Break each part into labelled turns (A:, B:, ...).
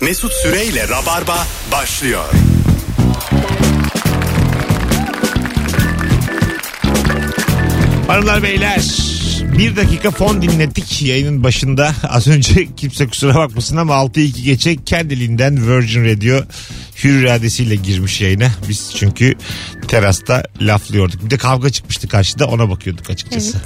A: Mesut Süreyle Rabarba başlıyor.
B: Hanımlar beyler bir dakika fon dinlettik yayının başında. Az önce kimse kusura bakmasın ama 6'ya 2 geçe kendiliğinden Virgin Radio hür iradesiyle girmiş yayına. Biz çünkü terasta laflıyorduk. Bir de kavga çıkmıştı karşıda ona bakıyorduk açıkçası.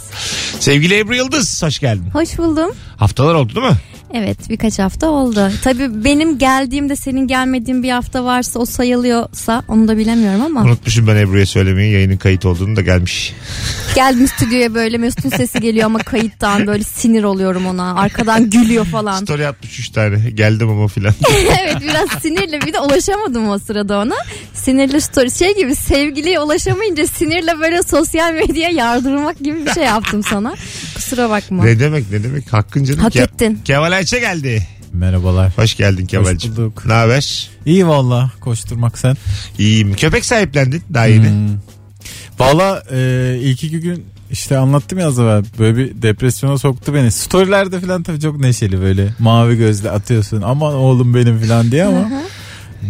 B: Sevgili Ebru Yıldız hoş geldin.
C: Hoş buldum.
B: Haftalar oldu değil mi?
C: Evet birkaç hafta oldu. Tabii benim geldiğimde senin gelmediğin bir hafta varsa o sayılıyorsa onu da bilemiyorum ama.
B: Unutmuşum ben Ebru'ya söylemeyi yayının kayıt olduğunu da gelmiş.
C: Geldim stüdyoya böyle Mesut'un sesi geliyor ama kayıttan böyle sinir oluyorum ona. Arkadan gülüyor falan.
B: Story atmış 3 tane geldim ama filan.
C: evet biraz sinirli bir de ulaşamadım o sırada ona. Sinirli story şey gibi sevgiliye ulaşamayınca sinirle böyle sosyal medyaya yardırmak gibi bir şey yaptım sana. Kusura bakma.
B: ne demek ne demek hakkın canım.
C: Hak
B: Ke-
C: ettin.
B: Kemal Ayça geldi.
D: Merhabalar.
B: Hoş geldin Kemal'cim.
D: Hoş bulduk.
B: Ne haber?
D: İyi valla koşturmak sen.
B: İyiyim. Köpek sahiplendin daha yeni.
D: Valla e, ilk iki gün işte anlattım ya az evvel böyle bir depresyona soktu beni. Storylerde falan tabii çok neşeli böyle mavi gözle atıyorsun aman oğlum benim falan diye ama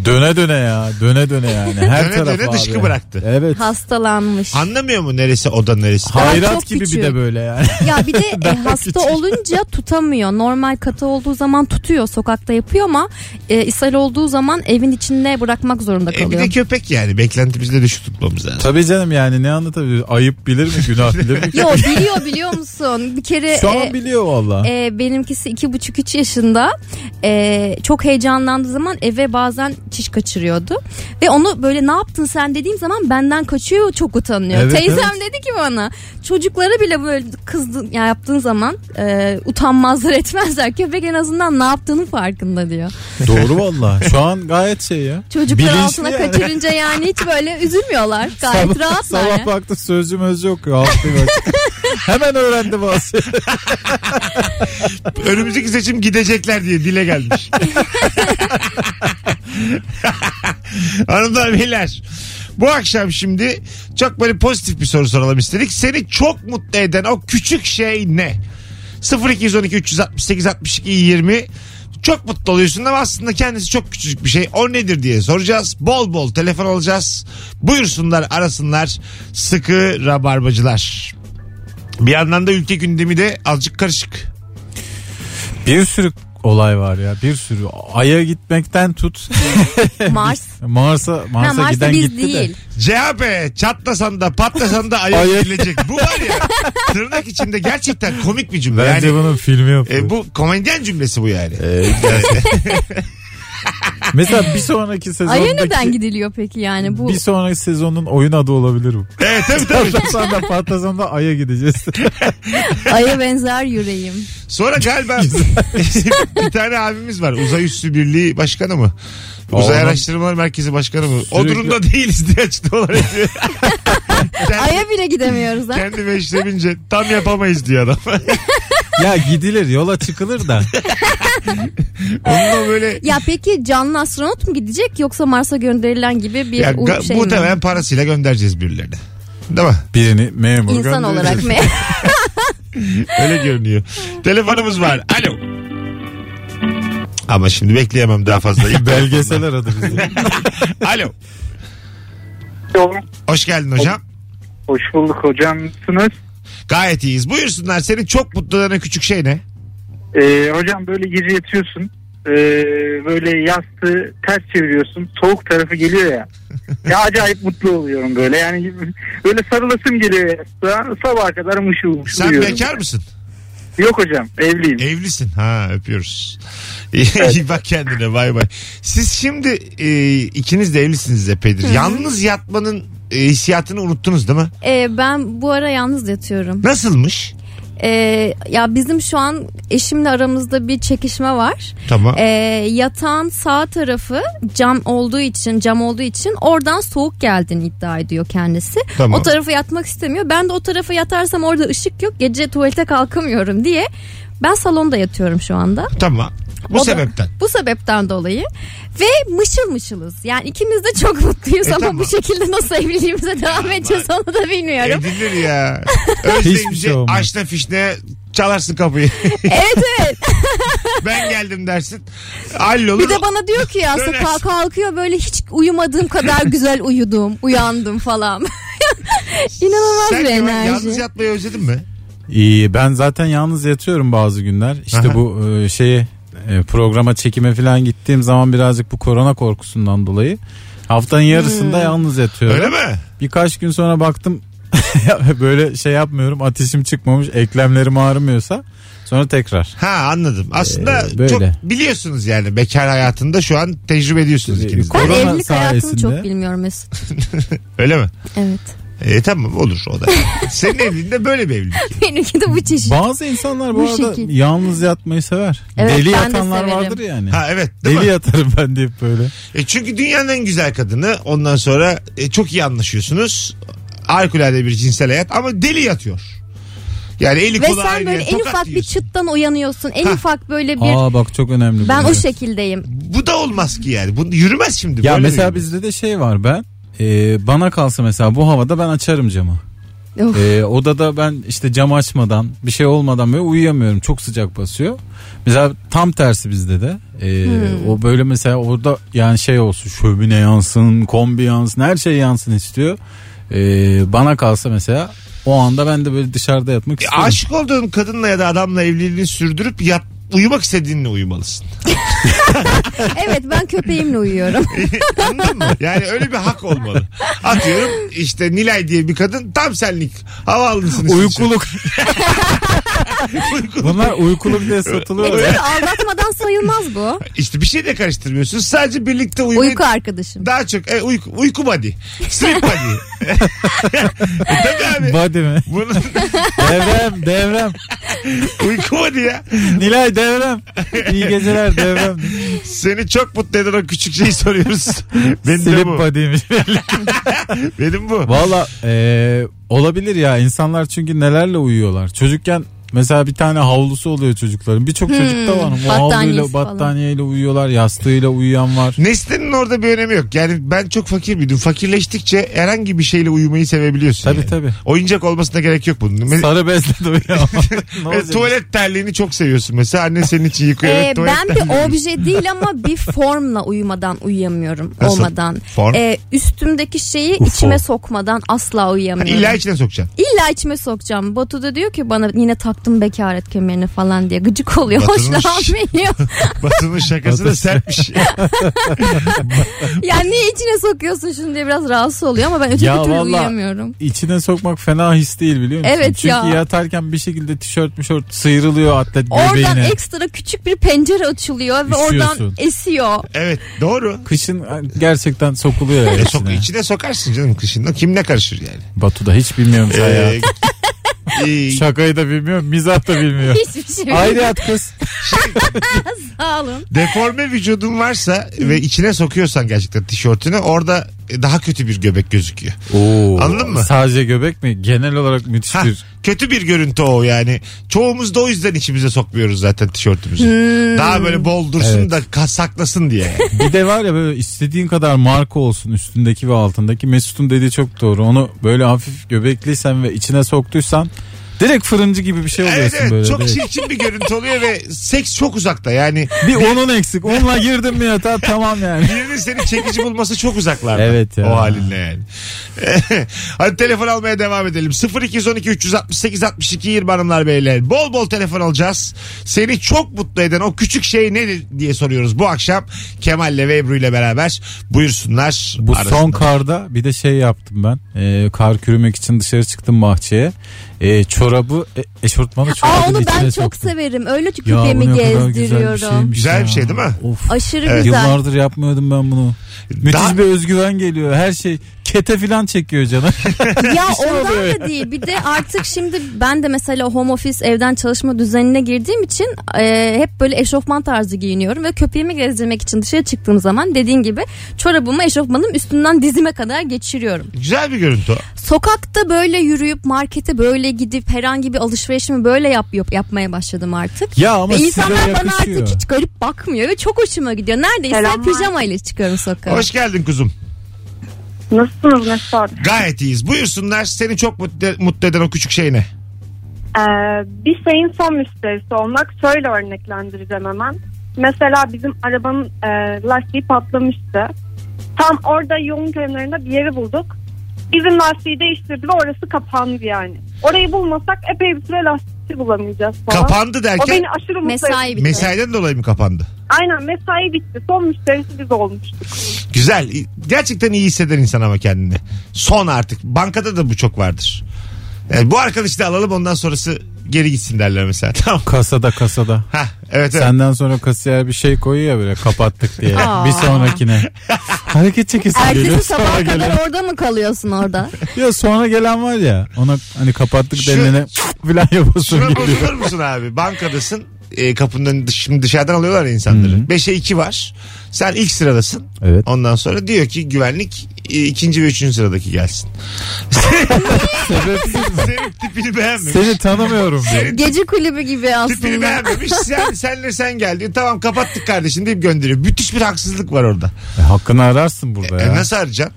D: döne döne ya döne döne yani her
B: Döne
D: taraf
B: döne
D: abi.
B: dışkı bıraktı.
D: Evet.
C: Hastalanmış.
B: Anlamıyor mu neresi oda neresi?
C: Daha
D: Hayrat
C: çok
D: gibi
C: küçük.
D: bir de böyle yani.
C: Ya bir de e, hasta olunca tutamıyor. Normal katı olduğu zaman tutuyor, sokakta yapıyor ama e, ishal olduğu zaman evin içinde bırakmak zorunda
B: E bir
C: kalıyor.
B: de köpek yani. Beklentimizi de düşük tutmamız lazım.
D: Tabii canım yani ne anlatabiliyorsun? Ayıp bilir mi? Günah bilir mi?
C: Yo biliyor biliyor musun? Bir kere
D: Şu an
C: e,
D: biliyor valla.
C: e, benimkisi iki buçuk üç yaşında E, çok heyecanlandığı zaman eve bazen çiş kaçırıyordu ve onu böyle ne yaptın sen dediğim zaman benden kaçıyor çok utanıyor.
D: Evet,
C: Teyzem dedi ki bana çocuklara bile böyle kızdın ya yaptığın zaman e, utanmazlar etmezler köpek en azından ne yaptığının farkında diyor.
D: Doğru valla. Şu an gayet şey ya.
C: Çocuklar
D: Bilinçli
C: altına
D: yani.
C: kaçırınca yani hiç böyle üzülmüyorlar. Gayet
D: sabah,
C: rahatlar.
D: Sabah
C: yani.
D: baktım sözcü mözcü yok. Rahatlık yok. Hemen öğrendim o şeyi.
B: Önümüzdeki seçim gidecekler diye dile gelmiş. Hanımlar beyler. Bu akşam şimdi çok böyle pozitif bir soru soralım istedik. Seni çok mutlu eden o küçük şey ne? 0212 368 62 20 çok mutlu oluyorsun ama aslında kendisi çok küçücük bir şey. O nedir diye soracağız. Bol bol telefon alacağız. Buyursunlar arasınlar. Sıkı rabarbacılar. Bir yandan da ülke gündemi de azıcık karışık.
D: Bir sürü olay var ya bir sürü. Ay'a gitmekten tut.
C: Mars.
D: Mars'a
C: Ha,
D: Mars'a
C: Mars da
D: giden
C: biz
D: gitti
C: değil.
D: de.
B: CHP çatlasan da patlasan da ayağa
D: Ayağa-
B: gidilecek. Bu var ya tırnak içinde gerçekten komik bir cümle.
D: Bence
B: yani,
D: bunun filmi yok.
B: e, bu komedyen cümlesi bu yani.
D: Mesela bir sonraki sezondaki
C: Ay'a neden gidiliyor peki yani bu?
D: bir sonraki sezonun oyun adı olabilir bu.
B: evet tabii tabii.
D: Patlasan da patlasan da Ay'a gideceğiz.
C: Ay'a benzer yüreğim.
B: Sonra galiba bir tane abimiz var. Uzay Üssü Birliği Başkanı mı? Uzay
D: Oğlum.
B: Araştırmalar Merkezi Başkanı mı? O
D: Sürekli-
B: durumda değiliz diye açıklamalar ediyor. kendi,
C: Ay'a bile gidemiyoruz ha.
B: kendi meşrebince tam yapamayız diyor adam.
D: ya gidilir yola çıkılır da.
B: Onunla böyle
C: Ya peki canlı astronot mu gidecek yoksa Mars'a gönderilen gibi bir
B: ya,
C: u-
B: ga-
C: şey mi?
B: muhtemelen parasıyla göndereceğiz birilerine. Değil mi?
D: Birini memur
C: İnsan
D: göndereceğiz.
C: olarak mı?
B: Öyle görünüyor. Telefonumuz var. Alo. Ama şimdi bekleyemem daha fazla. İlk
D: Belgesel aradı bizi.
B: telefonla. Alo. Hoş geldin hocam.
E: Hoş bulduk hocamsınız.
B: Gayet iyiyiz. Buyursunlar. Senin çok mutlu eden küçük şey ne?
E: Ee, hocam böyle gece yatıyorsun. Ee, böyle yastığı ters çeviriyorsun. Soğuk tarafı geliyor ya. ya acayip mutlu oluyorum böyle. Yani böyle sarılasım geliyor yastığa. Sabaha kadar mışıl mışıl
B: Sen
E: uyuyorum.
B: bekar E- mısın?
E: Yok hocam evliyim.
B: Evlisin. Ha öpüyoruz. İyi iyi bak kendine bay bay. Siz şimdi e, ikiniz de evlisiniz epeydir. Yalnız yatmanın e, hissiyatını unuttunuz değil mi?
C: Ee, ben bu ara yalnız yatıyorum.
B: Nasılmış?
C: Ee, ya bizim şu an eşimle aramızda bir çekişme var.
B: Tamam.
C: Ee, yatağın sağ tarafı cam olduğu için cam olduğu için oradan soğuk geldiğini iddia ediyor kendisi.
B: Tamam.
C: O tarafa yatmak istemiyor. Ben de o tarafa yatarsam orada ışık yok. Gece tuvalete kalkamıyorum diye ben salonda yatıyorum şu anda.
B: tamam. Bu
C: O da-
B: sebepten.
C: Bu sebepten dolayı ve mışıl mışılız. Yani ikimiz de çok mutluyuz
B: E,
C: ama
B: tamam.
C: bu şekilde nasıl evliliğimize devam edeceğiz onu da bilmiyorum.
B: Edilir ya.
D: Hiçbir şey
B: Özleyince
D: olmaz.
B: açla fişne çalarsın kapıyı.
C: evet evet.
B: ben geldim dersin. Hallolur.
C: Bir de bana diyor ki ya sokağa
B: Dönersin.
C: kalkıyor böyle hiç uyumadığım kadar güzel uyudum, uyandım falan. İnanılmaz
B: Sen
C: bir
B: Kemal
C: enerji.
B: yalnız yatmayı özledin mi?
D: İyi, Ee, ben zaten yalnız yatıyorum bazı günler. İşte
B: Aha.
D: bu e, şeye e, programa çekime falan gittiğim zaman birazcık bu korona korkusundan dolayı haftanın
C: Hmm.
D: yarısında yalnız yatıyorum.
B: Öyle mi?
D: Birkaç gün sonra baktım böyle şey yapmıyorum ateşim çıkmamış eklemlerim ağrımıyorsa sonra tekrar.
B: Ha anladım. Aslında
D: Ee, böyle.
B: çok biliyorsunuz yani bekar hayatında şu an tecrübe ediyorsunuz
D: Ee,
B: ikiniz. de.
C: Ben
D: Korona
C: evlilik hayatını
D: sayesinde-
C: çok bilmiyorum Mesut.
B: Öyle mi?
C: Evet.
B: E tamam olur o da. Senin evliliğinde böyle bir evlilik.
C: Benimki de bu çeşit.
D: Bazı insanlar bu,
C: Bu
D: arada
C: şekil.
D: yalnız yatmayı sever.
C: Evet, ben
D: Deli
C: de
D: yatanlar
C: severim.
D: vardır yani.
B: Ha evet değil
D: Deli
B: mi?
D: yatarım ben deyip böyle.
B: E, çünkü dünyanın en güzel kadını ondan sonra e, çok iyi anlaşıyorsunuz. Harikulade bir cinsel hayat ama deli yatıyor. Yani eli
C: Ve
B: kulağı
C: sen
B: ayrı
C: böyle
B: yer,
C: en
B: tokat
C: ufak bir
B: yiyorsun.
C: çıttan uyanıyorsun. En
B: Ha.
C: ufak böyle bir
D: Aa bak çok önemli.
C: ben
D: bu.
C: o şekildeyim.
B: Bu da olmaz ki yani. Bu yürümez şimdi.
D: Ya
B: Böyle
D: mesela
B: bir-
D: bizde de şey var ben e, bana kalsa mesela bu havada ben açarım camı.
C: Of.
D: E, odada ben işte cam açmadan bir şey olmadan böyle uyuyamıyorum çok sıcak basıyor. Mesela tam tersi bizde de E, o böyle mesela orada yani şey olsun şöbine yansın kombi yansın her şey yansın istiyor. E, bana kalsa mesela o anda ben de böyle dışarıda yatmak
B: E,
D: istiyorum.
B: aşık olduğun kadınla ya da adamla evliliğini sürdürüp yat uyumak istediğinle uyumalısın.
C: evet ben köpeğimle uyuyorum.
B: Anladın mı? Yani öyle bir hak olmalı. Atıyorum işte Nilay diye bir kadın tam senlik. Hava alınsın.
D: Uykuluk. Bunlar uykuluk diye satılıyor.
C: Tabii aldatmadan sayılmaz bu.
B: İşte bir şey de karıştırmıyorsun. Sadece birlikte uyumayı
C: Uyku arkadaşım.
B: daha çok e, uyku, uyku body. Sleep body. e, tabii abi.
D: Body mi?
B: Bunun
D: Devrem, devrem.
B: uyku body ya.
D: Nilay devrem. İyi geceler devrem.
B: Seni çok mutlu eden o küçük şeyi soruyoruz. Benim de
D: Slip
B: bu.
D: body'miş.
B: Benim bu.
D: Valla eee, e, olabilir ya insanlar çünkü nelerle uyuyorlar. Çocukken mesela bir tane havlusu oluyor çocukların. Birçok çocukta var. O havluyla,
C: battaniyesi falan.
D: battaniyeyle uyuyorlar. Yastığıyla uyuyan var.
B: Nesnenin orada bir önemi yok. Yani ben çok fakir büyüdüm. Fakirleştikçe herhangi bir şeyle uyumayı sevebiliyorsun.
D: Tabii,
B: yani.
D: tabii.
B: Oyuncak olmasına gerek yok bunun. Me-
D: Sarı bezle de uyuyan var. Ne
B: e,
D: olacak?
B: tuvalet terliğini çok seviyorsun. Mesela annen senin için yıkıyor.
C: Ee,
B: evet, tuvalet
C: ben
B: terliği.
C: bir obje değil ama bir formla uyumadan uyuyamıyorum
B: Nasıl?
C: olmadan.
B: Form?
C: Ee, üstümdeki şeyi
D: Ufo.
C: içime sokmadan asla
B: Ha,
C: uyuyamıyorum.
B: İlla içine sokacaksın.
C: İlla içime sokacağım. Batu da diyor ki bana yine taktım bekaret kemerini falan diye gıcık oluyor.
B: Batu'nun
C: Hoşlanmıyor.
B: Basının şakası da
D: Batu-
B: sertmiş.
C: yani niye içine sokuyorsun şunu diye biraz rahatsız oluyor ama ben öteki
D: Ya
C: türlü
D: valla.
C: uyuyamıyorum.
D: İçine sokmak fena his değil biliyor musun?
C: Evet
D: Çünkü
C: ya.
D: yatarken bir şekilde tişört mişört sıyrılıyor atlet göbeğine.
C: Oradan ekstra küçük bir pencere açılıyor ve oradan
D: Üşüyorsun.
C: esiyor.
B: evet doğru.
D: Kışın e, gerçekten sokuluyor.
B: E,
D: içine.
B: sok, içine sokarsın canım kışında. Kim ne karışır yani?
D: Batu da hiç bilmiyormuş hayatı.
B: Ee, e,
D: Şakayı da bilmiyor, mizah da bilmiyor.
C: Hiçbir şey yok.
D: Ayrı at kız.
C: Sağ olun.
B: deforme vücudun varsa ve içine sokuyorsan gerçekten tişörtünü orada daha kötü bir göbek gözüküyor.
D: Oo.
B: Anladın mı?
D: Sadece göbek mi? Genel olarak müthiş
B: Ha,
D: bir.
B: kötü bir görüntü o yani. Çoğumuz da o yüzden içimize sokmuyoruz zaten tişörtümüzü. Daha böyle bol dursun
D: Hmm. Evet.
B: da ka- saklasın diye.
D: Bir de var ya böyle istediğin kadar marka olsun üstündeki ve altındaki. Mesut'un dediği çok doğru. Onu böyle hafif göbekliysen ve içine soktuysan direkt fırıncı gibi bir şey
B: evet
D: oluyorsun
B: evet
D: böyle.
B: çok
D: direkt.
B: çirkin bir görüntü oluyor ve seks çok uzakta yani.
D: Bir onun eksik. Onunla girdin mi yatağa tamam yani.
B: Birinin seni çekici bulması çok uzaklarda.
D: Evet ya.
B: O halinle yani. Hadi telefon almaya devam edelim. 0212 368 62 20 hanımlar beyler. Bol bol telefon alacağız. Seni çok mutlu eden o küçük şey nedir diye soruyoruz bu akşam. Kemal'le ve Ebru'yla beraber buyursunlar.
D: Bu son
B: arasınlar.
D: karda bir de şey yaptım ben. Ee, kar kürümek için dışarı çıktım bahçeye. Ee, çorabı, e, eşortmanı çorabın
C: Aa onu
D: içine
C: ben çok
D: soktum.
C: severim. Öyle
D: Ya bu
C: küpemi
D: ne kadar güzel bir
C: gezdiriyorum.
D: şeymiş
B: Güzel bir
D: ya.
B: şey değil mi?
D: Of.
C: Aşırı
B: Evet.
C: güzel.
D: Yıllardır yapmıyordum ben bunu. Müthiş
B: Daha-
D: bir özgüven geliyor. Her şey kete filan çekiyor canım.
C: Ya
D: şey oluyor
C: ondan da
D: yani.
C: değil. Bir de artık şimdi ben de mesela home office evden çalışma düzenine girdiğim için e, hep böyle eşofman tarzı giyiniyorum ve köpeğimi gezdirmek için dışarı çıktığım zaman dediğin gibi çorabımı eşofmanım üstünden dizime kadar geçiriyorum.
B: Güzel bir görüntü o.
C: Sokakta böyle yürüyüp markete böyle gidip herhangi bir alışverişimi böyle yap, yap- yapmaya başladım artık.
D: ya ama
C: Ve
D: size
C: insanlar bana
D: yakışıyor.
C: artık hiç garip bakmıyor ve çok hoşuma gidiyor. Neredeyse pijama ile çıkıyorum sokağa.
B: Hoş geldin kuzum.
F: Nasılsınız Mesut abi?
B: Gayet iyiyiz. Buyursunlar. Seni çok mutlu, mutlu eden o küçük şey ne?
F: Ee, bir şeyin son müşterisi olmak şöyle örneklendireceğim hemen. Mesela bizim arabanın e, lastiği patlamıştı. Tam orada yolun kenarında bir yeri bulduk. Bizim lastiği değiştirdi ve orası kapandı yani. Orayı bulmasak epey bir süre lastikçi bulamayacağız falan.
B: Kapandı
F: o
B: derken
F: beni aşırı mutlu etti.
C: Mesai bitti.
B: mesaiden dolayı mı kapandı?
F: Aynen mesai bitti. Son müşterisi biz olmuştuk.
B: Güzel. Gerçekten iyi hisseder insan ama kendini. Son artık. Bankada da bu çok vardır. Yani bu arkadaşı da alalım ondan sonrası geri gitsin derler mesela. Tamam.
D: Kasada kasada.
B: Hah, evet evet.
D: Senden sonra kasiyer bir şey koyuyor ya böyle kapattık diye.
C: Aa.
D: bir sonrakine. Hareket çekesin geliyor.
C: Ertesi
D: Sonra
C: sabaha
D: gelen,
C: kadar orada mı kalıyorsun orada?
D: ya sonra gelen var ya ona hani kapattık
B: Şu-
D: denilene falan yapasın
B: Şuna
D: geliyor.
B: bozulur musun abi? Bankadasın. E, kapının önü- dış, şimdi dışarıdan alıyorlar ya insanları. 5'e 2 var. Sen ilk sıradasın.
D: Evet.
B: Ondan sonra diyor ki güvenlik e, ikinci ve üçüncü sıradaki gelsin. Senin tipini beğenmemiş.
D: Seni tanımıyorum diye.
C: Gece kulübü gibi
B: Tipini
C: aslında.
B: beğenmemiş. Sen, senle sen gel diyor. Tamam kapattık kardeşim deyip gönderiyor. Müthiş bir haksızlık var orada.
D: E, hakkını ararsın burada
B: E,
D: ya.
B: nasıl arayacaksın?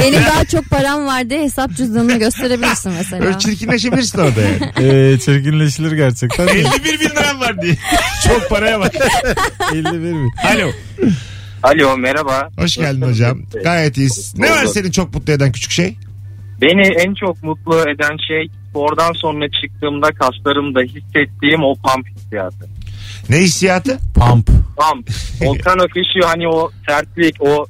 C: Benim daha çok param var diye hesap cüzdanını gösterebilirsin mesela.
B: Öyle çirkinleşebilirsin orada yani.
D: E, çirkinleşilir gerçekten.
B: 51 bin liram var diye. Çok paraya bak.
D: 51 bin.
B: Alo.
G: Alo merhaba.
B: Hoş geldin
G: Nasılsınız?
B: hocam. Gayet iyiyiz. Ne var
G: Oldu.
B: senin çok mutlu eden küçük şey?
G: Beni en çok mutlu eden şey spordan sonra çıktığımda kaslarımda hissettiğim o pump hissiyatı.
B: Ne hissiyatı?
D: Pump.
G: Pump. O kan akışı hani o sertlik o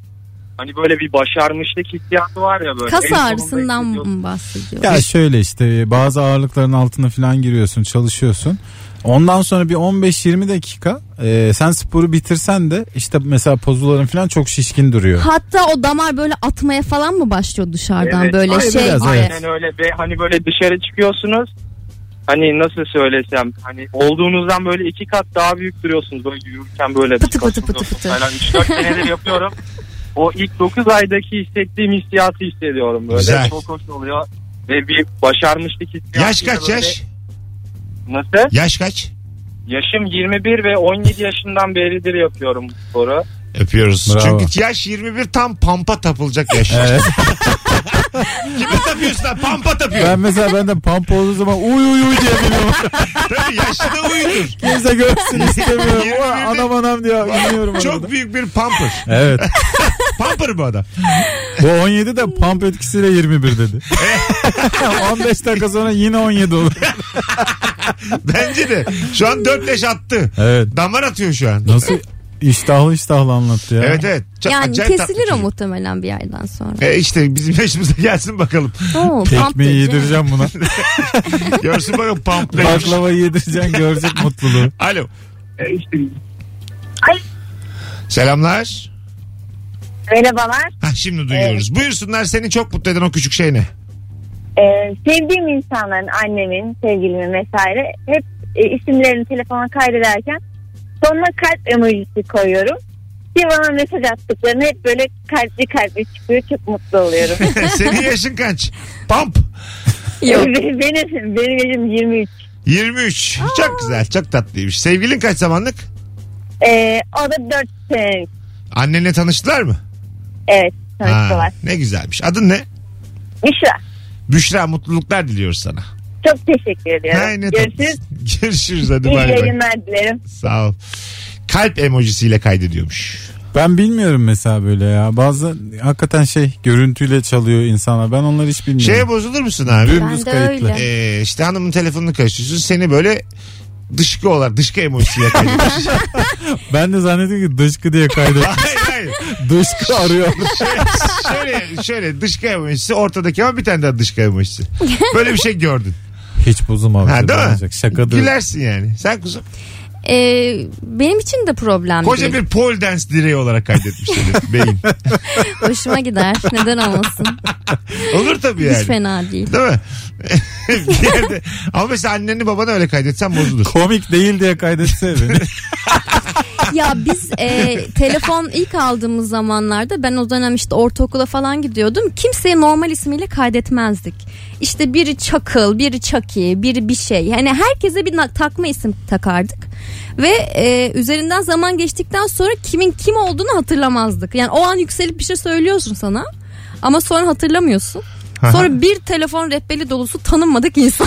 G: hani böyle bir başarmışlık hissiyatı var ya böyle. En
C: Kas
G: sonunda
C: ağrısından
G: hissediyorsun.
C: mı bahsediyor?
D: Ya şöyle işte bazı ağırlıkların altına falan giriyorsun çalışıyorsun. Ondan sonra bir 15-20 dakika e, sen sporu bitirsen de işte mesela pozuların falan çok şişkin duruyor.
C: Hatta o damar böyle atmaya falan mı başlıyor dışarıdan
G: Evet.
C: böyle
D: Ay,
C: şey
D: biraz,
C: gibi?
D: evet.
G: Aynen öyle ve hani böyle dışarı çıkıyorsunuz. Hani nasıl söylesem hani olduğunuzdan böyle iki kat daha büyük duruyorsunuz. Böyle yürürken böyle
C: Pıtı
G: bir
C: pıtı
G: kasılıyorsunuz
C: pıtı pıtı.
G: Falan 3-4 senedir yapıyorum. O ilk 9 aydaki hissettiğim hissiyatı hissediyorum böyle.
B: Güzel.
G: Çok hoş oluyor. Ve bir başarmışlık hissiyatı.
B: Yaş kaç
G: böyle-
B: yaş?
G: Nasıl?
B: Yaş kaç?
G: Yaşım 21 ve 17 yaşından beridir yapıyorum bu sporu.
B: Öpüyoruz.
D: Bravo.
B: Çünkü yaş 21 tam pampa tapılacak yaş.
D: Evet.
B: Kime tapıyorsun lan? Pampa tapıyor.
D: Ben mesela ben de pump olduğu zaman uy uy uy diye biliyorum.
B: Tabii yaşlı da uyudur.
D: Kimse görsün istemiyorum.
B: Yirmi
D: Ulan
B: birde-
D: anam anam diye iniyorum arada.
B: Çok büyük bir pamper.
D: Evet.
B: Pamper bu adam.
D: Bu 17 de pump etkisiyle 21 dedi. 15 dakika sonra yine 17 olur.
B: Bence de. Şu an 4 leş attı.
D: Evet.
B: Damar atıyor şu an.
D: Nasıl iştahlı iştahlı anlattı ya.
B: Evet evet. Çok
C: Yani
B: acayip
C: kesilir
B: tatlı
C: o
B: çocuk.
C: muhtemelen bir yerden sonra.
B: E işte bizim yaşımıza gelsin bakalım.
C: Oo, pump
D: Tekmeyi
C: diyeceğim.
D: yedireceğim buna.
B: Görsün bakalım pamplemiş.
D: Baklava yedireceksin görecek mutluluğu.
B: Alo. Selamlar.
F: Merhabalar.
B: Ha şimdi duyuyoruz. Buyursunlar seni çok mutlu eden o küçük şey ne?
F: Ee, sevdiğim insanların annemin, sevgilimin vesaire hep e, isimlerini telefona kaydederken sonuna kalp emojisi koyuyorum. Bir bana mesaj attıklarını hep böyle kalpli kalpli çıkıyor. Çok mutlu oluyorum.
B: Senin yaşın kaç? Pamp.
C: Yok.
F: benim, benim yaşım 23.
B: 23. Çok güzel. Çok tatlıymış. Sevgilin kaç zamanlık?
F: Ee, o da 4 senelik.
B: Annenle tanıştılar mı?
F: Evet.
B: Ha,
F: Tanıştılar.
B: ne güzelmiş. Adın ne?
F: Büşra.
B: Büşra mutluluklar diliyoruz sana.
F: Çok teşekkür ediyorum.
B: Ay, ne
F: Görüşürüz.
B: tatlısın. Görüşürüz hadi
F: İyi
B: bay bay.
F: yayınlar dilerim.
B: Sağ ol. Kalp emojisiyle kaydediyormuş.
D: Ben bilmiyorum mesela böyle ya. Bazı hakikaten şey görüntüyle çalıyor insana. Ben onları hiç
B: Şeye
C: Şey
D: bilmiyorum.
B: bozulur musun abi?
D: Dümdüz
C: Ben de
D: kayıtlı.
C: öyle.
B: Ee, işte hanımın telefonunu karıştırıyorsun. Seni böyle dışkı olarak dışkı emojisiyle kaydediyormuş.
D: Ben de zannediyorum ki dışkı diye kaydı.
B: hayır hayır.
D: dışkı arıyor.
B: Şöyle, şöyle dışkı emojisi ortadaki ama bir tane daha dışkı emojisi. Böyle bir şey gördün.
D: Hiç bozulmamış.
B: Ha, değil mi?
D: Olacak. Şakadır.
B: Gülersin yani. Sen kuzum.
C: Ee, benim için de problem
B: Koca
C: değil.
B: bir pole dance direği olarak kaydetmiş seni beyin.
C: Hoşuma gider. Neden olmasın?
B: Olur tabii yani.
C: Hiç fena değil.
B: Değil mi? bir yerde. Ama mesela anneni babanı öyle kaydetsen bozulur.
D: Komik değil diye kaydetse beni.
C: Ya biz e, telefon ilk aldığımız zamanlarda ben o dönem işte ortaokula falan gidiyordum. Kimseyi normal ismiyle kaydetmezdik. İşte biri Çakıl, biri Çaki, biri bir şey. Yani herkese bir na- takma isim takardık. Ve e, üzerinden zaman geçtikten sonra kimin kim olduğunu hatırlamazdık. Yani o an yükselip bir şey söylüyorsun sana ama sonra hatırlamıyorsun. Sonra bir telefon rehberi dolusu tanınmadık insan.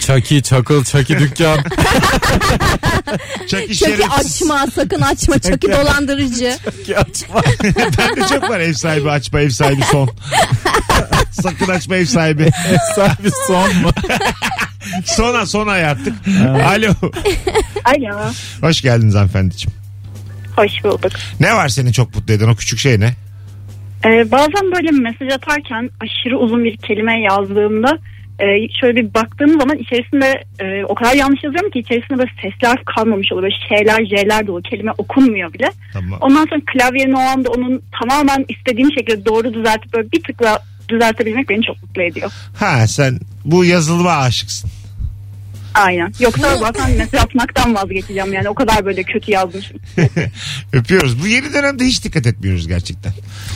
D: Çaki, çakıl, çaki dükkan.
B: Çaki
C: Çaki
B: şerefsiz.
C: açma sakın açma çaki dolandırıcı.
B: Bende çok var ev sahibi açma ev sahibi son. Sakın açma ev sahibi.
D: Sahibi son mu?
B: Sona sona artık. Alo.
F: Alo.
B: Hoş geldiniz hanımefendiciğim.
F: Hoş bulduk.
B: Ne var seni çok mutlu eden o küçük şey ne?
F: Ee, bazen böyle mesaj atarken aşırı uzun bir kelime yazdığımda e, şöyle bir baktığım zaman içerisinde e, o kadar yanlış yazıyorum ki içerisinde böyle sesler kalmamış oluyor. Böyle şeyler, j'ler dolu. Kelime okunmuyor bile.
B: Tamam.
F: Ondan sonra klavyenin o anda onun tamamen istediğim şekilde doğru düzeltip böyle bir tıkla düzeltebilmek beni çok mutlu ediyor.
B: Ha sen bu yazılıma aşıksın.
F: Aynen. Yoksa zaten mesaj atmaktan vazgeçeceğim yani. O kadar böyle kötü yazmışım.
B: Öpüyoruz. Bu yeni dönemde hiç dikkat etmiyoruz gerçekten.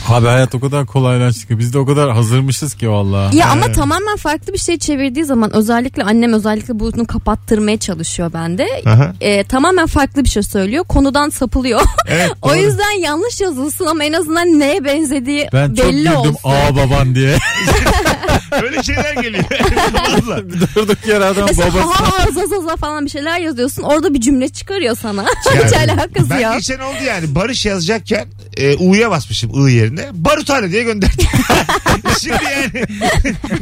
D: Abi hayat o kadar kolaylaştı ki biz de o kadar hazırmışız ki valla.
C: Ya ama tamamen farklı bir şey çevirdiği zaman özellikle annem özellikle bunu kapattırmaya çalışıyor bende.
B: Aha.
C: Ee, tamamen farklı bir şey söylüyor. Konudan sapılıyor.
B: Evet,
C: o
B: doğru.
C: yüzden yanlış yazılsın ama en azından neye benzediği
D: Ben çok
C: belli
D: güldüm
C: olsun.
D: aa baban diye.
B: Öyle şeyler geliyor. Valla.
D: Durduk yere adam
C: Mesela ha
D: babası.
C: ha za za za falan bir şeyler yazıyorsun. Orada bir cümle çıkarıyor sana. Hiç
B: Yani
C: alakası
B: ben
C: yok.
B: geçen oldu yani Barış yazacakken e, U'ya basmışım I yerine. Barutane diye gönderdim. Şimdi yani